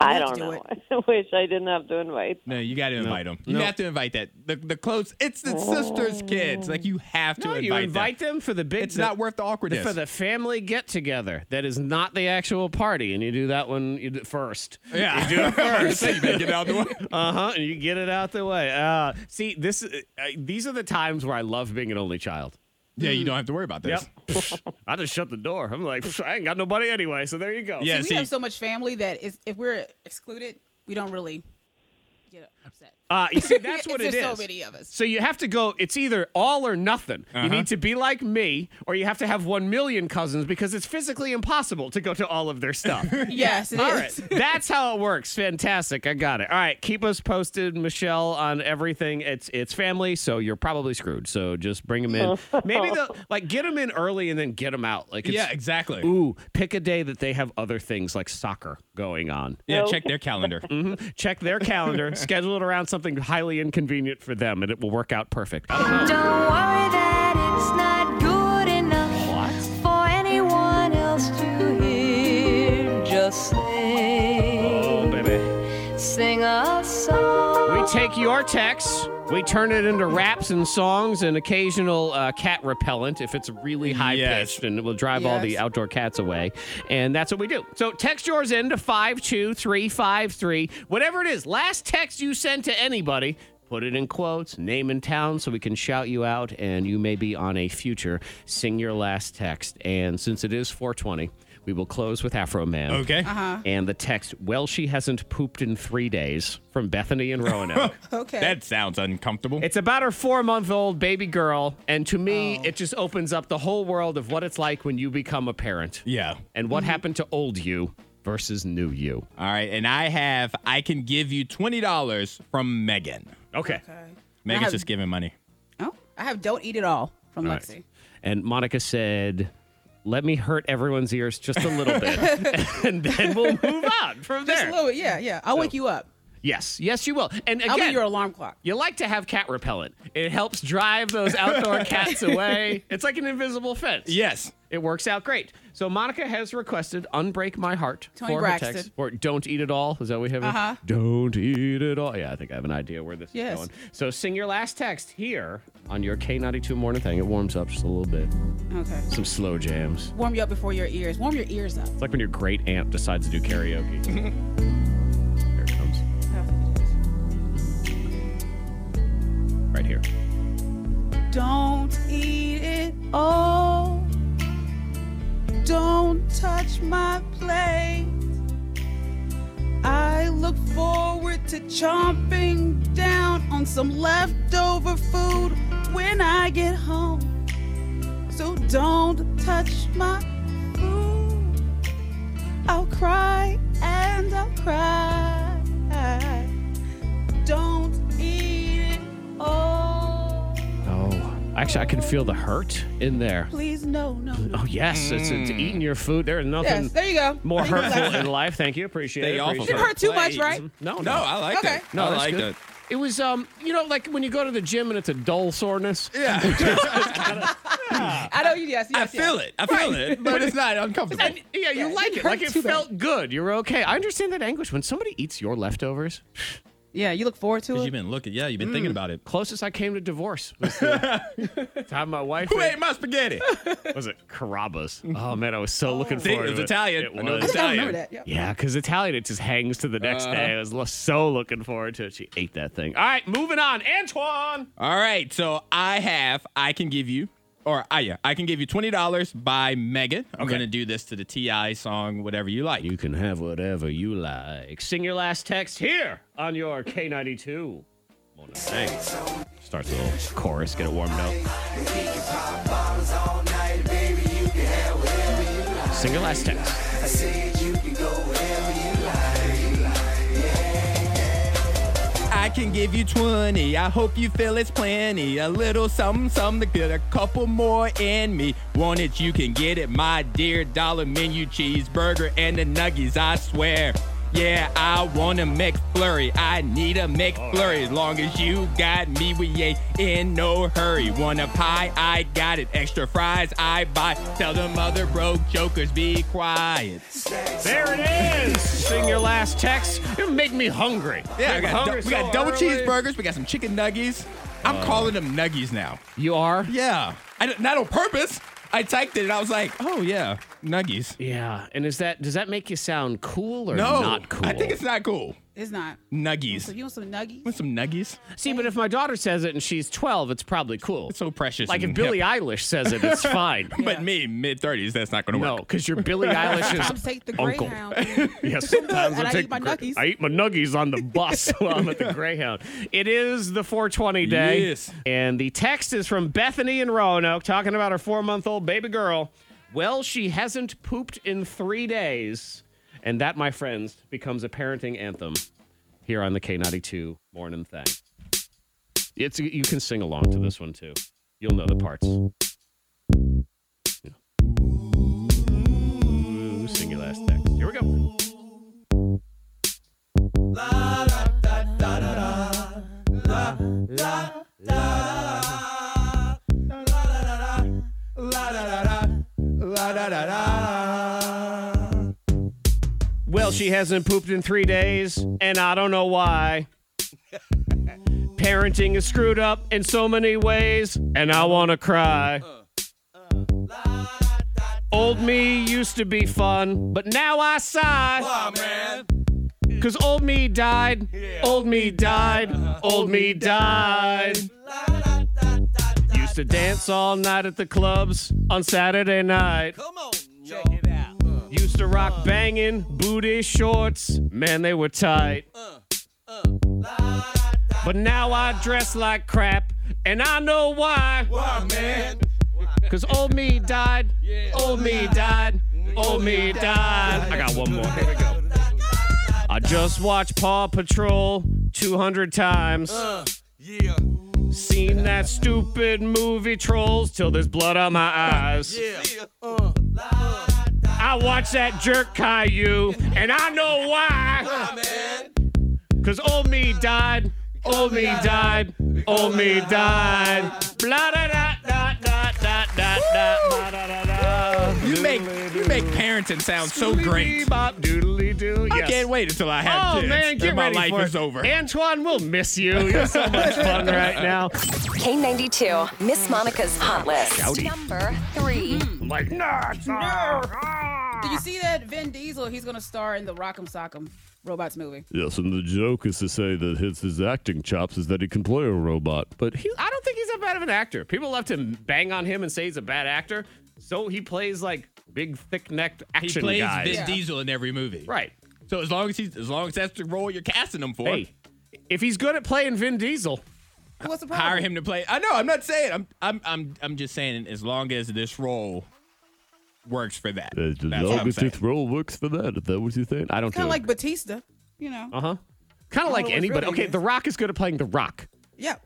I have to don't do know. I wish I didn't have to invite. No, you got to invite them. You have to invite that. The, the close. It's the sister's Oh. kids. Like you have to No, invite, you invite them. them. for the big. It's not worth the awkwardness. for the family get together. That is not the actual party, and you do that one you do- first. Yeah. you do it first. You better get it out the way. Uh huh. And you get it out the way. Uh, see, this uh, these are the times where I love being an only child. Yeah, you don't have to worry about this. Yep. I just shut the door. I'm like, "Psh, I ain't got nobody anyway. So there you go. see, we have so much family that is, if we're excluded, we don't really get upset. Uh, you see, that's what it's it just so is. many of us. So you have to go. It's either all or nothing. Uh-huh. You need to be like me, or you have to have one million cousins because it's physically impossible to go to all of their stuff. Yes, it All is. right. that's how it works. Fantastic. I got it. All right, keep us posted, Michelle, on everything. It's it's family, so you're probably screwed. So just bring them in. Maybe they'll like get them in early and then get them out. Like it's, Yeah, exactly. Ooh, pick a day that they have other things like soccer going on. Yeah, check their calendar. hmm Check their calendar, schedule it around something highly inconvenient for them, and it will work out perfect. I don't know. Don't worry that it's not good enough for anyone else to hear. Just Oh, sing, baby. sing a song. We take your texts, we turn it into raps and songs and occasional uh, cat repellent if it's really high pitched and it will drive all the Yes. outdoor cats away. And that's what we do. So text yours in to 52353. Whatever it is, last text you send to anybody. Put it in quotes, name and town, so we can shout you out, and you may be on a future Sing Your Last Text. And since it is 420, we will close with Afro Man. Okay. Uh-huh. And the text, well, she hasn't pooped in three days from Bethany and Roanoke. Okay. That sounds uncomfortable. It's about her four month old baby girl. And to Oh. me, it just opens up the whole world of what it's like when you become a parent. Yeah. And Mm-hmm. what happened to old you versus new you. All right, and I have. I can give you twenty dollars from Megan. Okay. Megan's I have- just giving money. Oh, I have Don't Eat It All from All right. Lexi. And Monica said, let me hurt everyone's ears just a little bit. and then we'll move on from Just there. a little, yeah, yeah. I'll wake you up. Yes, yes, you will. And again, I'll be your alarm clock. You like to have cat repellent. It helps drive those outdoor cats away. It's like an invisible fence. Yes. It works out great. So Monica has requested Unbreak My Heart Tony for Braxton. her text. Or Don't Eat It All. Is that what we have? here? Uh-huh. Don't Eat It All. Yeah, I think I have an idea where this Yes. is going. So sing your last text here on your K92 morning thing. It warms up just a little bit. Okay. Some slow jams. Warm you up before your ears. Warm your ears up. It's like when your great aunt decides to do karaoke. Here it comes. Right here. Don't eat it all. Don't touch my plate. I look forward to chomping down on some leftover food when I get home. So don't touch my food. I'll cry and I'll cry. Don't eat it all. Oh, Actually, I can feel the hurt in there. Please, no, no. no. Oh yes, it's, it's Mm. eating your food. There is nothing. Yes, there you go. More Thank you, hurtful Leslie. in life. Thank you. Appreciate Stay it. off of Appreciate it. it. Mm, Hurt too much, right? No, Oh, no, No, I like Okay. that. No, I that's like good. that. It was um, you know, like when you go to the gym and it's a dull soreness. Yeah. I know you. Yes, yes. I feel it. I feel it, but it's not uncomfortable. And, yeah, you Yeah, like it it. Like hurt it too bad. felt good. You're okay. I understand that anguish when somebody eats your leftovers. Yeah, you look forward to it. You've been looking. Yeah, you've been Mm. thinking about it. Closest I came to divorce was the time my wife Who ate- ate my spaghetti? was it Carrabba's? Oh man, I was so looking See, it forward was to Italian. It I know it was. was I don't remember Italian. that. Yep. Yeah, because Italian, it just hangs to the next Uh-huh. day. I was lo- so looking forward to it. She ate that thing. All right, moving on. Antoine. All right, so I have, I can give you, or I yeah, I can give you twenty dollars by Megan. I'm gonna do this to the Ti song, whatever you like. You can have whatever you like. Sing your last text here on your K92. Morning Thanks. Start the little chorus, get it warmed up. Sing your last text. I can give you twenty. I hope you feel it's plenty. A little something, something to get a couple more in me. Want it? You can get it, my dear. Dollar menu cheeseburger and the nuggies. I swear. Yeah, I want a McFlurry. I need a Oh, McFlurry. As long as you got me, we ain't in no hurry. Want a pie? I got it. Extra fries? I buy. Tell them other broke jokers be quiet. There it is. Sing your last text. It make me hungry. Yeah, Make me we got, hungry du- we got so double early. Uh. cheeseburgers. We got some chicken nuggies. I'm calling them nuggies now. You are? Yeah, I d not on purpose. I typed it and I was like, oh yeah, nuggies. Yeah. And is that does that make you sound cool or No, not cool? I think it's not cool. It's not. So Nuggies. you want some nuggies? Want some nuggies? See, but if my daughter says it and she's 12, it's probably cool. It's so precious. like if and Billie hip. Eilish says it, it's fine. But me, mid thirties, that's not gonna No, work. because you're Billie Sometimes Eilish's take the uncle. Greyhound. Yeah, sometimes And I I take eat my the nuggies. I eat my nuggies on the bus while I'm at the Greyhound. It is the 420 day, Yes. and the text is from Bethany in Roanoke talking about her four-month-old baby girl. Well, she hasn't pooped in three days, and that, my friends, becomes a parenting anthem here on the K92 Morning Thing. It's you can sing along to this one too. You'll know the parts. Yeah. Ooh, sing your last text. Here we go. Well, she hasn't pooped in three days, and I don't know why. Parenting is screwed up in so many ways, and I want to cry. Old me used to be fun, but now I sigh. Cause old me died, old me died, old me died. Used to dance all night at the clubs on Saturday night. Used to rock banging booty shorts. Man, they were tight. uh, But now I dress like crap, and I know why. Why, man? Cause old me died. Old me died. Old me died. I got one more. Here we go. I just watched Paw Patrol 200 times. Uh, Seen that stupid movie Trolls till there's blood on my eyes. Uh. I watch that jerk Caillou, and I know why. Cause old me died, old me died, old me died. Blah da da da da da da da ba, da da da. You make you make parenting sound so great. Bop doodly doo. I can't wait until I have Oh kids. man, and get my ready life for is it. over. Antoine, we'll miss you. You're so much fun right now. K92, Miss Monica's Hot List. Howdy. Number three. I'm like, nah, it's not. Did you see that Vin Diesel? He's gonna star in the Rock'em Sock'em Robots movie. Yes, and the joke is to say that his, his acting chops is that he can play a robot, but he. I don't think he's that bad of an actor. People love to bang on him and say he's a bad actor. So he plays like big, thick-necked He action plays guys. Vin Diesel in every movie. Right. So as long as he's as long as that's the role you're casting him for, Hey, if he's good at playing Vin Diesel, What's the problem? hire him to play. I know. I'm not saying. I'm. I'm. I'm. I'm just saying. As long as this role works for that. As That's what long I'm as saying. his role works for that, if that was your thing. I don't do Kind of like Batista, you know. Uh-huh. Uh huh. Kind of like what's anybody. really Okay, good. The Rock is good at playing The Rock. Yeah.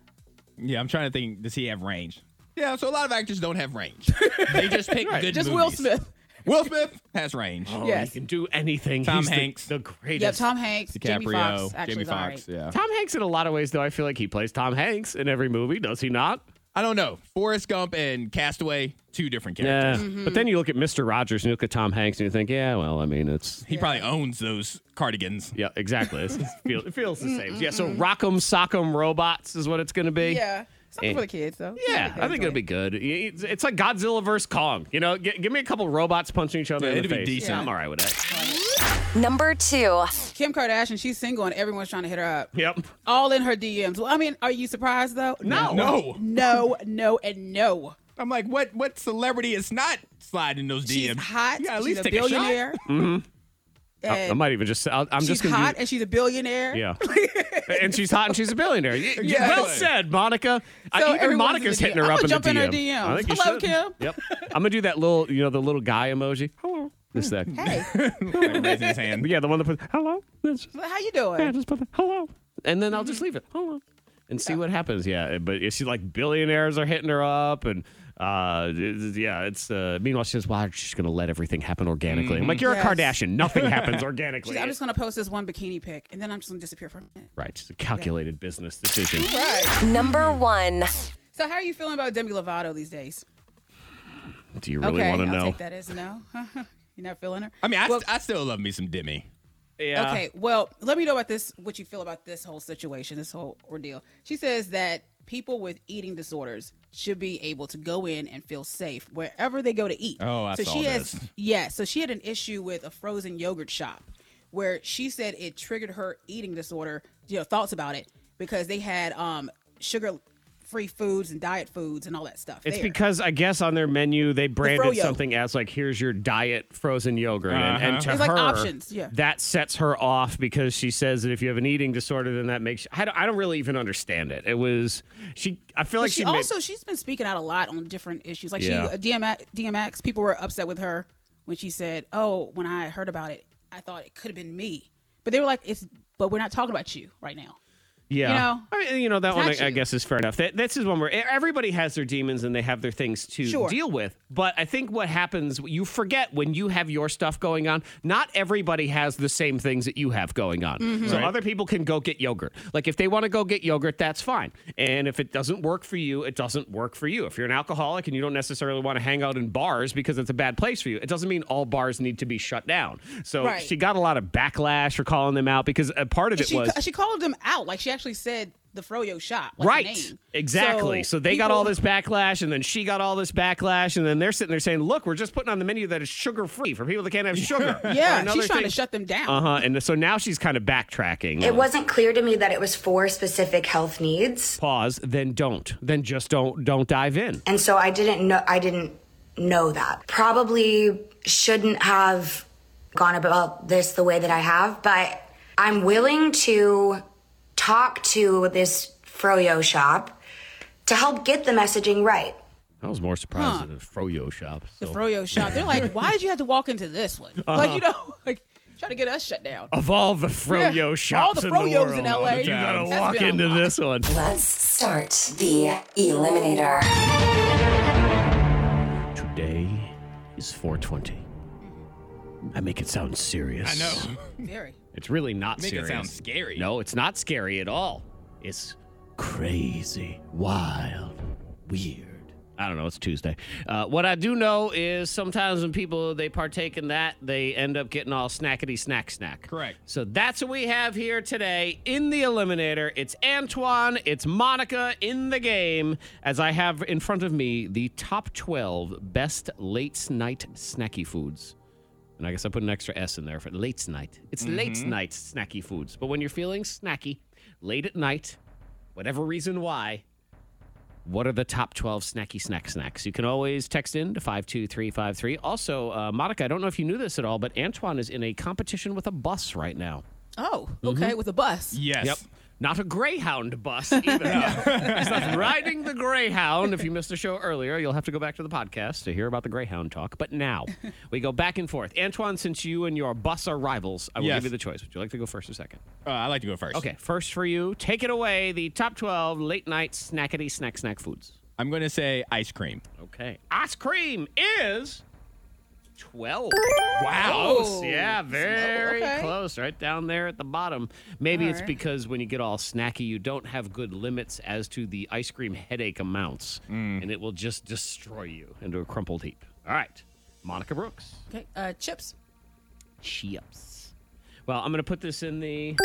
Yeah, I'm trying to think. Does he have range? Yeah, so a lot of actors don't have range. They just pick Right. good Just movies. Will Smith. Will Smith has range. Oh, He can do anything. Tom He's the- Hanks. The, greatest. Yeah, Tom Hanks, Jamie DiCaprio, Foxx. Actually, Jamie is all right. Foxx, yeah. Tom Hanks, in a lot of ways, though, I feel like he plays Tom Hanks in every movie, does he not? I don't know. Forrest Gump and Castaway, two different Yeah. characters. But Mm-hmm. then you look at Mr. Rogers and you look at Tom Hanks and you think, yeah, well, I mean, it's. He probably owns those cardigans. Yeah, exactly. It's- it's feel- it feels the same. Yeah, so Rock'em Sock'em Robots is what it's going to be. Yeah. Something And- Eh. for the kids, though. Yeah, I think it'll be good. Y- It's it's like Godzilla versus Kong. You know, G- give me a couple robots punching each other Yeah, in the it'd be face. decent. I'm all right with that. Number two. Kim Kardashian, she's single and everyone's trying to hit her up. Yep. All in her DMs. Well, I mean, are you surprised though? No. No. No, no, and no. I'm like, what what celebrity is not sliding those DMs? She's Yeah, hot. she's at least a take billionaire. a shot. Mm-hmm. I, I and might even just. I'll, I'm she's just gonna. hot do- and she's a billionaire. yeah. and she's hot and she's a billionaire. Y- y- Yeah. Well said, Monica. I- So everyone's in even Monica's the hitting DM. her I'm up gonna in jump the in DM. her DMs. I think you Hello, should. Kim. Yep. I'm gonna do that little, you know, the little guy emoji. Hello. This that. Hey. Raising his hand. Yeah, the one that puts hello. This- How you doing? Yeah, just put the hello. And then I'll just leave it. Hello. And see what happens. Yeah. eh, But is she like billionaires are hitting her up and uh it- yeah, it's uh meanwhile she says, Well, I'm just gonna let everything happen organically. I'm like, You're Mm-hmm. Yes. a Kardashian, nothing happens She's, organically. I'm just gonna post this one bikini pic and then I'm just gonna disappear for a minute. right. It's a calculated business decision. Number one. So how are you feeling about Demi Lovato these days? Do you really okay, wanna I'll know? take that as a no. You're not feeling her. I mean, I, st- I still love me some Demi. Okay, well, let me know about this. What you feel about this whole situation, this whole ordeal? She says that people with eating disorders should be able to go in and feel safe wherever they go to eat. Oh, I so saw she this. has yeah. So she had an issue with a frozen yogurt shop where she said it triggered her eating disorder, you know, thoughts about it because they had um sugar free foods and diet foods and all that stuff. It's there. because I guess on their menu they branded froyo. something as like here's your diet frozen yogurt, and, Uh-huh. and to It's her like options, yeah. that sets her off because she says that if you have an eating disorder, then that makes I don't, I don't really even understand it. It was she I feel But like she, she, made- also she's been speaking out a lot on different issues. Like Yeah. she uh, DMX, DMX, people were upset with her when she said, "Oh, when I heard about it, I thought it could have been me." But they were like, "It's," but we're not talking about you right now. yeah you know, I mean, you know that it's one not I, I you. guess is fair enough. That this is one where e, everybody has their demons and they have their things to Sure. deal with. But I think what happens you forget when you have your stuff going on. Not everybody has the same things that you have going on. Mm-hmm. Mhm. So Right. other people can go get yogurt. Like if they want to go get yogurt, that's fine. And if it doesn't work for you, it doesn't work for you. If you're an alcoholic and you don't necessarily want to hang out in bars because it's a bad place for you, it doesn't mean all bars need to be shut down. So Right. she got a lot of backlash for calling them out because a part of And it she was she called them out. Like she actually said the Froyo shop. like, the right. name. Exactly. So, they got all people- this backlash, and then she got all this backlash, and then they're sitting there saying, "Look, we're just putting on the menu that is sugar free for people that can't have sugar." Yeah, she's trying to shut them down. Uh huh. And so now she's kind of backtracking. It wasn't clear to me that it was for specific health needs. Pause. Then don't. Then just don't. Don't dive in. And so I didn't know I didn't know that. Probably shouldn't have gone about this the way that I have, but I'm willing to talk to this froyo shop to help get the messaging right. I was more surprised at the froyo shop. the Froyo shop. They're like, "Why did you have to walk into this one? Like Uh-huh. you know, like try to get us shut down." Of all the froyo Yeah, all shops the in the Froyos world, in LA. you gotta That's walk been into this one. Let's start the eliminator. Today is 420. I make it sound serious. I know. Very. It's really not Make it serious. sound scary. No, it's not scary at all. It's crazy, wild, weird. I don't know. It's Tuesday. Uh, what I do know is sometimes when people they partake in that, they end up getting all snackety snack snack. Correct. So that's what we have here today in the eliminator. It's Antoine. It's Monica in the game. As I have in front of me the top twelve best late night snacky foods. And I guess I put an extra S in there for late night. It's late Mhm. night snacky foods. But when you're feeling snacky, late at night, whatever reason why, what are the top 12 snacky snack snacks? You can always text in to 52353. Also, uh, Monica, I don't know if you knew this at all, but Antoine is in a competition with a bus right now. Oh, okay, Mhm. with a bus. Yep. Not a Greyhound bus either. He's not riding the Greyhound. If you missed the show earlier, you'll have to go back to the podcast to hear about the Greyhound talk. But now we go back and forth. Antoine, since you and your bus are rivals, I will Yes. give you the choice. Would you like to go first or second? Uh, I like to go first. Okay, first for you. Take it away. The top 12 late night snackety snack snack foods. I I'm going to say ice cream. Okay. Ice cream is 12. Wow. Close. Yeah, Slow, very okay. close. Right down there at the bottom. Maybe All it's right. because when you get all snacky, you don't have good limits as to the ice cream headache amounts, and it will just destroy you into a crumpled heap. All right. Monica Brooks. Okay, uh, chips. Chips. Well, I'm going to put this in the.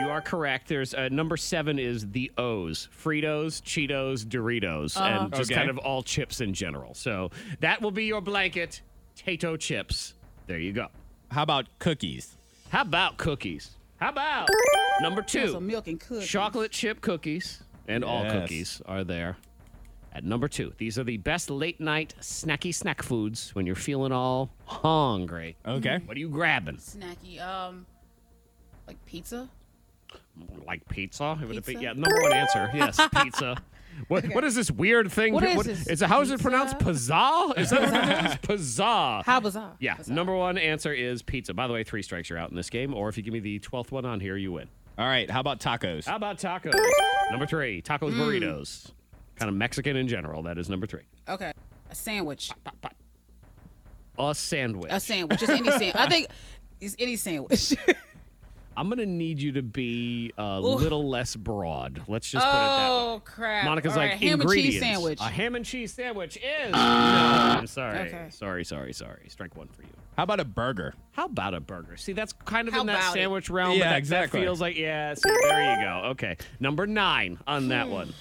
You are correct. There's uh, number seven is the O's Fritos, Cheetos, Doritos, Uh-huh. and just Okay. kind of all chips in general. So that will be your blanket. Tato chips. There you go. How about cookies? How about cookies? How about number Also two? milk and cookies. Chocolate chip cookies and all Yes. cookies are there. At number two, these are the best late night snacky snack foods when you're feeling all hungry. Okay. What are you grabbing? Snacky. Um, like pizza. like pizza? Would it be- Pizza? yeah, number one answer. Yes, pizza. What, Okay. what is this weird thing? What is this? it, how is it pronounced? Pizzah? Is that what it is? Pizzah. How bizarre. yeah, number one answer is pizza. By the way, three strikes, you're out in this game. Or if you give me the 12th one on here, you win. All right. How about tacos? How about tacos? Number three, tacos, Mm. burritos. Kind of Mexican in general. That is number three. Okay. A sandwich. A sandwich. A sandwich. Just any sandwich. I think it's any sandwich. I'm going to need you to be a Ooh. little less broad. Let's just put it that way. oh crap. Monica's All right, like ham and ingredients. cheese sandwich. A ham and cheese sandwich Uh, is. no, I'm sorry. Okay. Sorry, sorry, sorry. Strike one for you. How about a burger? How about a burger? See, that's kind of How in that about it? sandwich realm. but Yeah, that, that exactly. feels like yeah. See, there you go. Okay, number nine on that Hmm. one.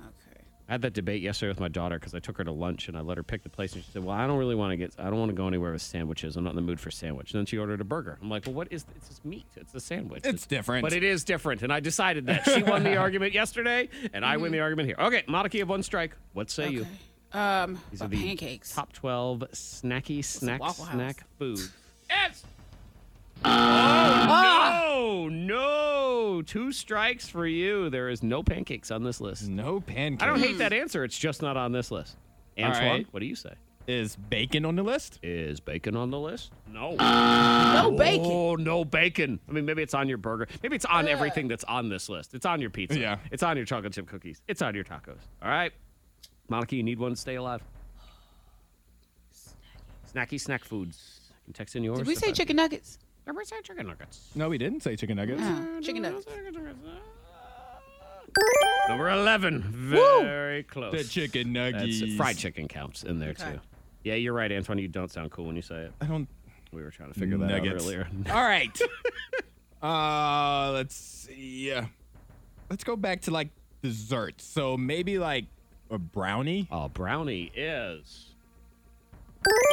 Okay. I had that debate yesterday with my daughter because I took her to lunch and I let her pick the place and she said, "Well, I don't really want to get. I don't want to go anywhere with sandwiches. I'm not in the mood for sandwich." And then she ordered a burger. I'm like, "Well, what is? It's just meat. It's a sandwich. It's different. But it is different, and I decided that. She won the argument yesterday, and I win the argument here. Okay, Monarchy of One Strike. What say you? Um, These but are the pancakes. top 12 snacky snack Waffle House. snack food. Yes. Ah! Oh, no, no. Two strikes for you. There is no pancakes on this list. No pancakes. I don't Hmm. hate that answer. It's just not on this list. Antoine, right. what do you say? Is bacon on the list? Is bacon on the list? No. No bacon. Oh, no bacon. I mean, maybe it's on your burger. Maybe it's on everything that's on this list. It's on your pizza. Yeah. It's on your chocolate chip cookies. It's on your tacos. All right. Monica, you need one to stay alive. Snacky snack foods. I can text in yours. Did we if say I- chicken nuggets? Did we say chicken nuggets? No, we didn't say chicken nuggets. Uh, chicken nuggets. Number 11. Very close. The chicken nuggets. That's, uh, fried chicken counts in there, Okay. too. Yeah, you're right, Antoine. You don't sound cool when you say it. I don't. We were trying to figure that Nuggets. out earlier. All right. uh, let's see. Yeah. Let's go back to like desserts. So maybe like a brownie. Oh, brownie is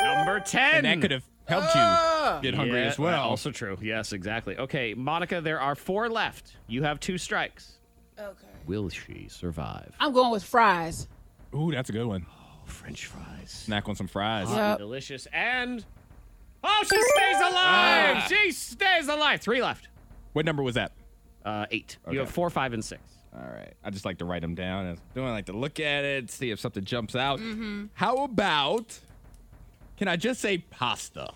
number 10. And that could have helped Ah! you get hungry Yeah, as well. Also true. Yes, exactly. Okay, Monica, there are four left. You have two strikes. Okay. Will she survive? I'm going with fries. Ooh, that's a good one. Oh, French fries. Snack on some fries. Hot and Yep. delicious. And oh, she stays alive. Ah. She stays alive. Three left. What number was that? Uh, eight. Okay. You have four, five, and six. All right. I just like to write them down. I don't like to look at it, see if something jumps out. How about? Can I just say pasta?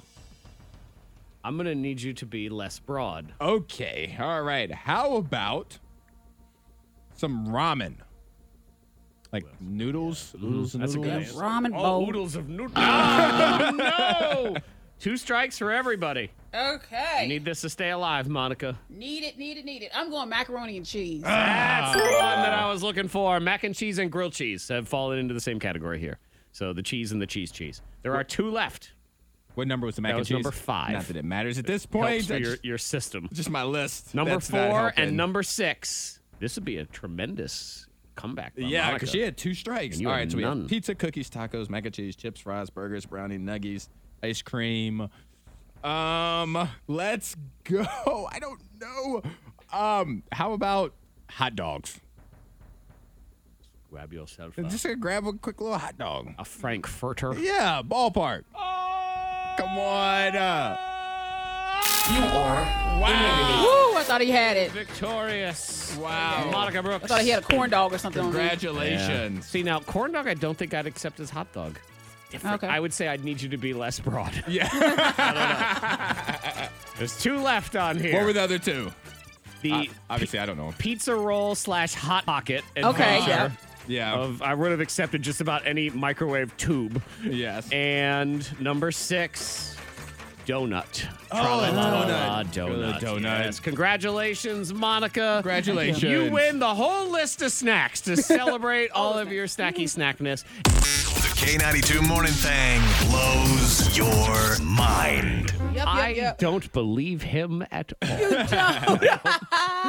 I'm gonna need you to be less broad. Okay. All right. How about some ramen? Like noodles, noodles, Mm-hmm. and That's a noodles. good Yeah, Yes. ramen bowl. oodles of noodles. Oh, no! Two strikes for everybody. Okay. You need this to stay alive, Monica. need it, need it, need it. I'm going macaroni and cheese. That's the one that I was looking for. Mac and cheese and grilled cheese have fallen into the same category here. So the cheese and the cheese cheese. There are two left. What number was the mac That and was cheese? number five. Not that it matters at this Helps point. for I your, just, your system. just my list. Number That's not four and helping. number six. This would be a tremendous comeback. by Yeah, Monica. because she had two strikes. And you All had right, so we none. have pizza, cookies, tacos, mac and cheese, chips, fries, burgers, brownie, nuggies, ice cream. Um, let's go. I don't know. Um, how about hot dogs? grab yourself a, I'm just gonna grab a quick little hot dog. a frankfurter. Yeah, ballpark. Oh. Come on. Uh, You are Woo, I thought he had it. Victorious. Wow. Monica Brooks. I thought he had a corn dog or something on there. Yeah. Congratulations. See now, corn dog. I don't think I'd accept as hot dog. Different. Okay. I would say I'd need you to be less broad. Yeah. There's two left on here. What were the Uh, other two? the Obviously, I don't know. pizza roll slash hot pocket? Okay, adventure. yeah. Yeah. Of I would have accepted just about any microwave tube. Yes. And number six, donut. Try Oh, a the donut. donut. Good donut. Yes. Congratulations, Monica. Congratulations. You win the whole list of snacks to celebrate all of your snacky snackness. The K92 Morning Thang blows your mind. I don't believe him at all.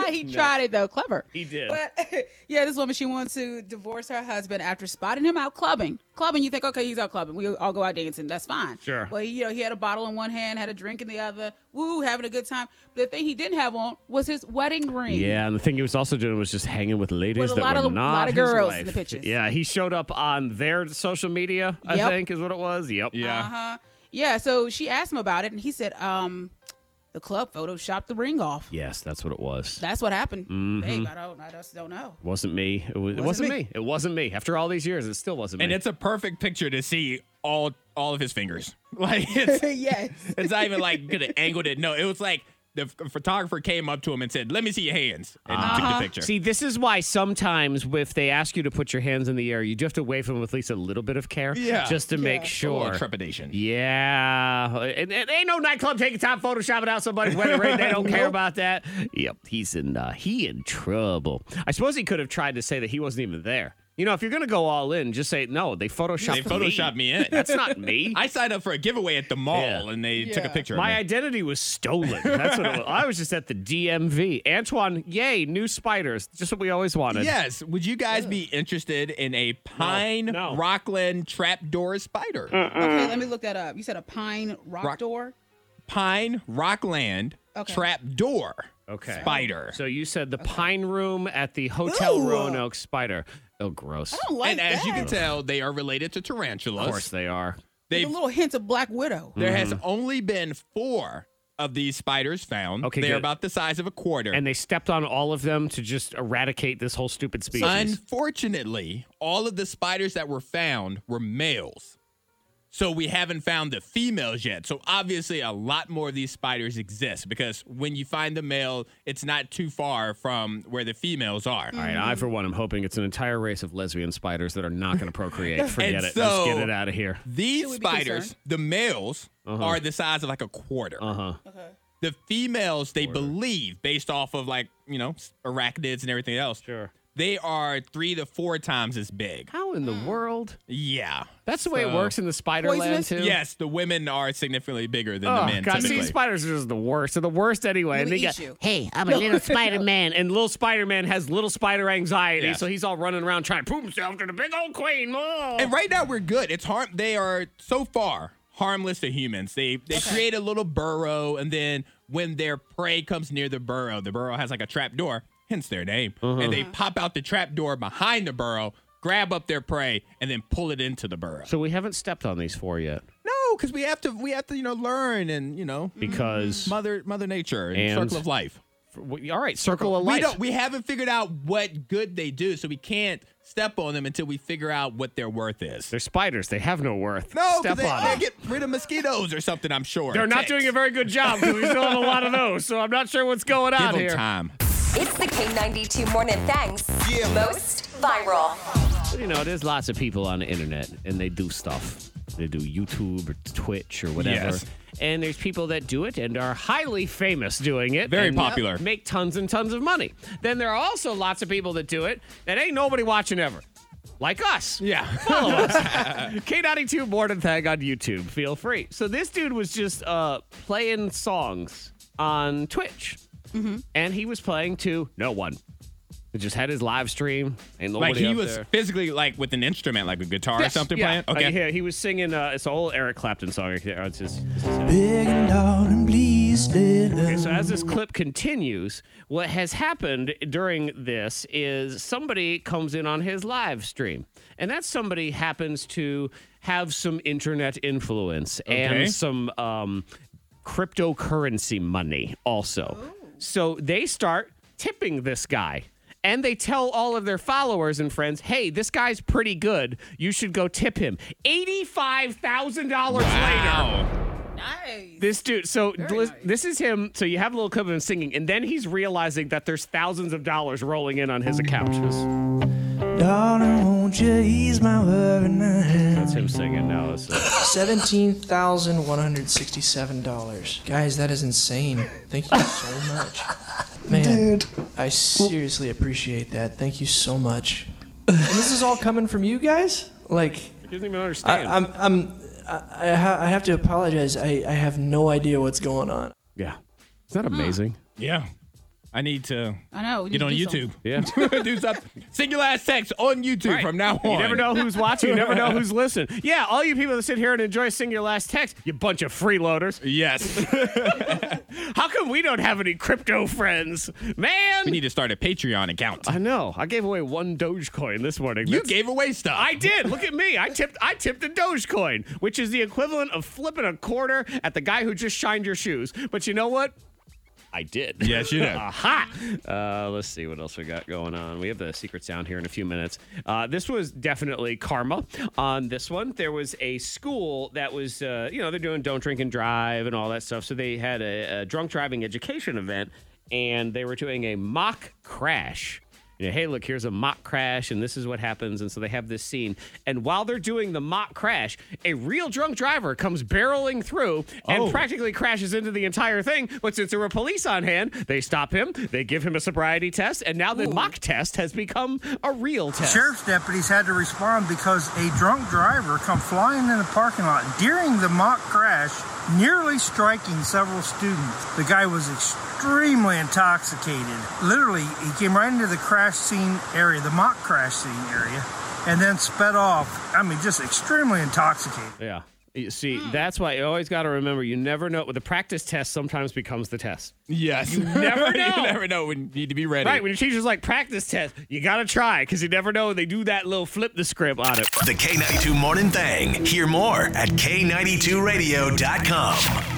he tried it though. Clever. He did. But yeah, this woman she wants to divorce her husband after spotting him out clubbing. Clubbing, you think, okay, he's out clubbing. We all go out dancing. That's fine. Sure. Well, you know, he had a bottle in one hand, had a drink in the other. Woo, having a good time. But the thing he didn't have on was his wedding ring. Yeah, and the thing he was also doing was just hanging with ladies With a that lot were of- not lot of his girls in wife. the pictures. Yeah, he showed up on their social media. I Yep. think is what it was. Yep. Uh huh. Yeah. So she asked him about it, and he said, um, the club photoshopped the ring off. Yes, that's what it was. That's what happened. Mm-hmm. Mhm. Babe, I don't, I just don't know. wasn't me. It, was, Wasn't it wasn't me. me. It wasn't me. After all these years, it still wasn't And me. it's a perfect picture to see all all of his fingers. Like it's yes. It's not even like could have angled it. No, it was like the ph- photographer came up to him and said, "Let me see your hands," and took the picture. Uh-huh. See, this is why sometimes if they ask you to put your hands in the air, you do have to wave them with at least a little bit of care, Yeah. just to make Yeah. sure. A little trepidation. Yeah, and, and ain't no nightclub taking time photoshopping out somebody's wedding ring. They don't care about that. Yep, he's in uh, he in trouble. I suppose he could have tried to say that he wasn't even there. You know, if you're gonna go all in, just say no. They photoshopped. they photoshopped me. in. That's not me. I signed up for a giveaway at the mall, and they took a picture. My of me. identity was stolen. That's what it was. I was just at the DMV. Antoine, yay, new spiders. Just what we always wanted. Yes. Would you guys be interested in a pine Rockland trapdoor spider? Okay, let me look that up. You said a pine rock, Rock- door. Pine Rockland Okay. trapdoor. Okay. Spider. So you said the pine room at the Hotel Ew. Roanoke spider. Oh, gross. don't like and as you can that. tell, they are related to tarantulas. Of course they are. With They've, a little hint of Black Widow. There has Mm-hmm. only been four of these spiders found. Okay, They're good. about the size of a quarter. And they stepped on all of them to just eradicate this whole stupid species. Unfortunately, all of the spiders that were found were males. So we haven't found the females yet. So obviously, a lot more of these spiders exist because when you find the male, it's not too far from where the females are. All right, I for one am hoping it's an entire race of lesbian spiders that are not going to procreate. Forget And it. Let's get so- it out of here. These Should we be spiders, concerned? the males, Uh-huh. are the size of like a quarter. Uh huh. The females, they believe, based off of like, you know, s- arachnids and everything else, sure. they are three to four times as big. How in the world? Yeah. That's the way it works in the spider land, too. Yes, the women are significantly bigger than the oh, men. God, typically. see, spiders are just the worst. They're the worst anyway. They And would they eat got, you. hey, I'm a little Spider Man. And little Spider Man has little spider anxiety. Yes. So he's all running around trying to prove himself to the big old queen. Oh. And right now we're good. It's harm. They are so far harmless to humans. They they create a little burrow, and then when their prey comes near the burrow, the burrow has like a trap door, hence their name. Uh-huh. And they pop out the trap door behind the burrow, grab up their prey, and then pull it into the burrow. So we haven't stepped on these four yet. No, because we have to we have to you know learn and you know Because- mother mother nature and, And- circle of life. All right, circle of Mm-hmm. We life. don't. We haven't figured out what good they do, so we can't step on them until we figure out what their worth is. They're spiders. They have no worth. No, 'cause Step they, on they them. get rid of mosquitoes or something. I'm sure. They're not Ticks. doing a very good job because we still have a lot of those. So I'm not sure what's going Give on them here. time. It's the K92 Morning Thangs most viral. You know, there's lots of people on the internet and they do stuff. They do YouTube or Twitch or whatever. Yes. And there's people that do it and are highly famous doing it. Very and uh, popular. Make tons and tons of money. Then there are also lots of people that do it and ain't nobody watching ever. Like us. Yeah. Follow us. K92 Board and Tag on YouTube. Feel free. So this dude was just uh, playing songs on Twitch. And he was playing to no one. He just had his live stream. Ain't nobody Like he up was there. physically like with an instrument, like a guitar Yes, or something yeah. playing. Like, Okay. yeah, he was singing. Uh, it's an old Eric Clapton song. right there. It's just- Big and loud and please let okay, so as this clip continues, what has happened during this is somebody comes in on his live stream, and that somebody happens to have some internet influence Okay. and some um, cryptocurrency money also. So they start tipping this guy. And they tell all of their followers and friends, hey, this guy's pretty good. You should go tip him. $85,000 later. Nice. This dude, so lis- this is him. So you have a little clip of him singing, and then he's realizing that there's thousands of dollars rolling in on his account. Just- Darling, won't you ease my worry now? That's him singing now. It's, uh, Seventeen thousand one hundred sixty-seven dollars. Guys, that is insane. Thank you so much, man. I seriously appreciate that. Thank you so much. And this is all coming from you guys. Like, I didn't even I, understand. I'm, I'm, I, I, ha- I have to apologize. I, I have no idea what's going on. Yeah, is that amazing? Yeah. I need to I know. we get on need to do YouTube. Yeah. do something. Single ass sex on YouTube from now on. You never know who's watching. You never know who's listening. Yeah, all you people that sit here and enjoy sing your last text, you bunch of freeloaders. Yes. How come we don't have any crypto friends, man? We need to start a Patreon account. I know. I gave away one Dogecoin this morning. You That's- gave away stuff. I did. Look at me. I tipped. I tipped a Dogecoin, which is the equivalent of flipping a quarter at the guy who just shined your shoes. But you know what? I did. Yes, you did. Aha! Uh, let's see what else we got going on. We have the secret sound here in a few minutes. Uh, this was definitely karma. On this one, there was a school that was, uh, you know, they're doing don't drink and drive and all that stuff. So they had a, a drunk driving education event, and they were doing a mock crash. You know, hey, look, here's a mock crash, and this is what happens. And so they have this scene. And while they're doing the mock crash, a real drunk driver comes barreling through and Oh. practically crashes into the entire thing. But since there were police on hand, they stop him, they give him a sobriety test, and now the mock test has become a real test. Sheriff's deputies had to respond because a drunk driver come flying in the parking lot during the mock crash, nearly striking several students. The guy was extremely intoxicated. Literally, he came right into the crash scene area, the mock crash scene area, and then sped off. I mean, just extremely intoxicated. Yeah. You see, that's why you always got to remember you never know. The practice test sometimes becomes the test. Yes. You never know. you never know when you need to be ready. Right. When your teacher's like, practice test, you got to try because you never know. They do that little flip the script on it. The K92 Morning Thing. Hear more at K92Radio.com.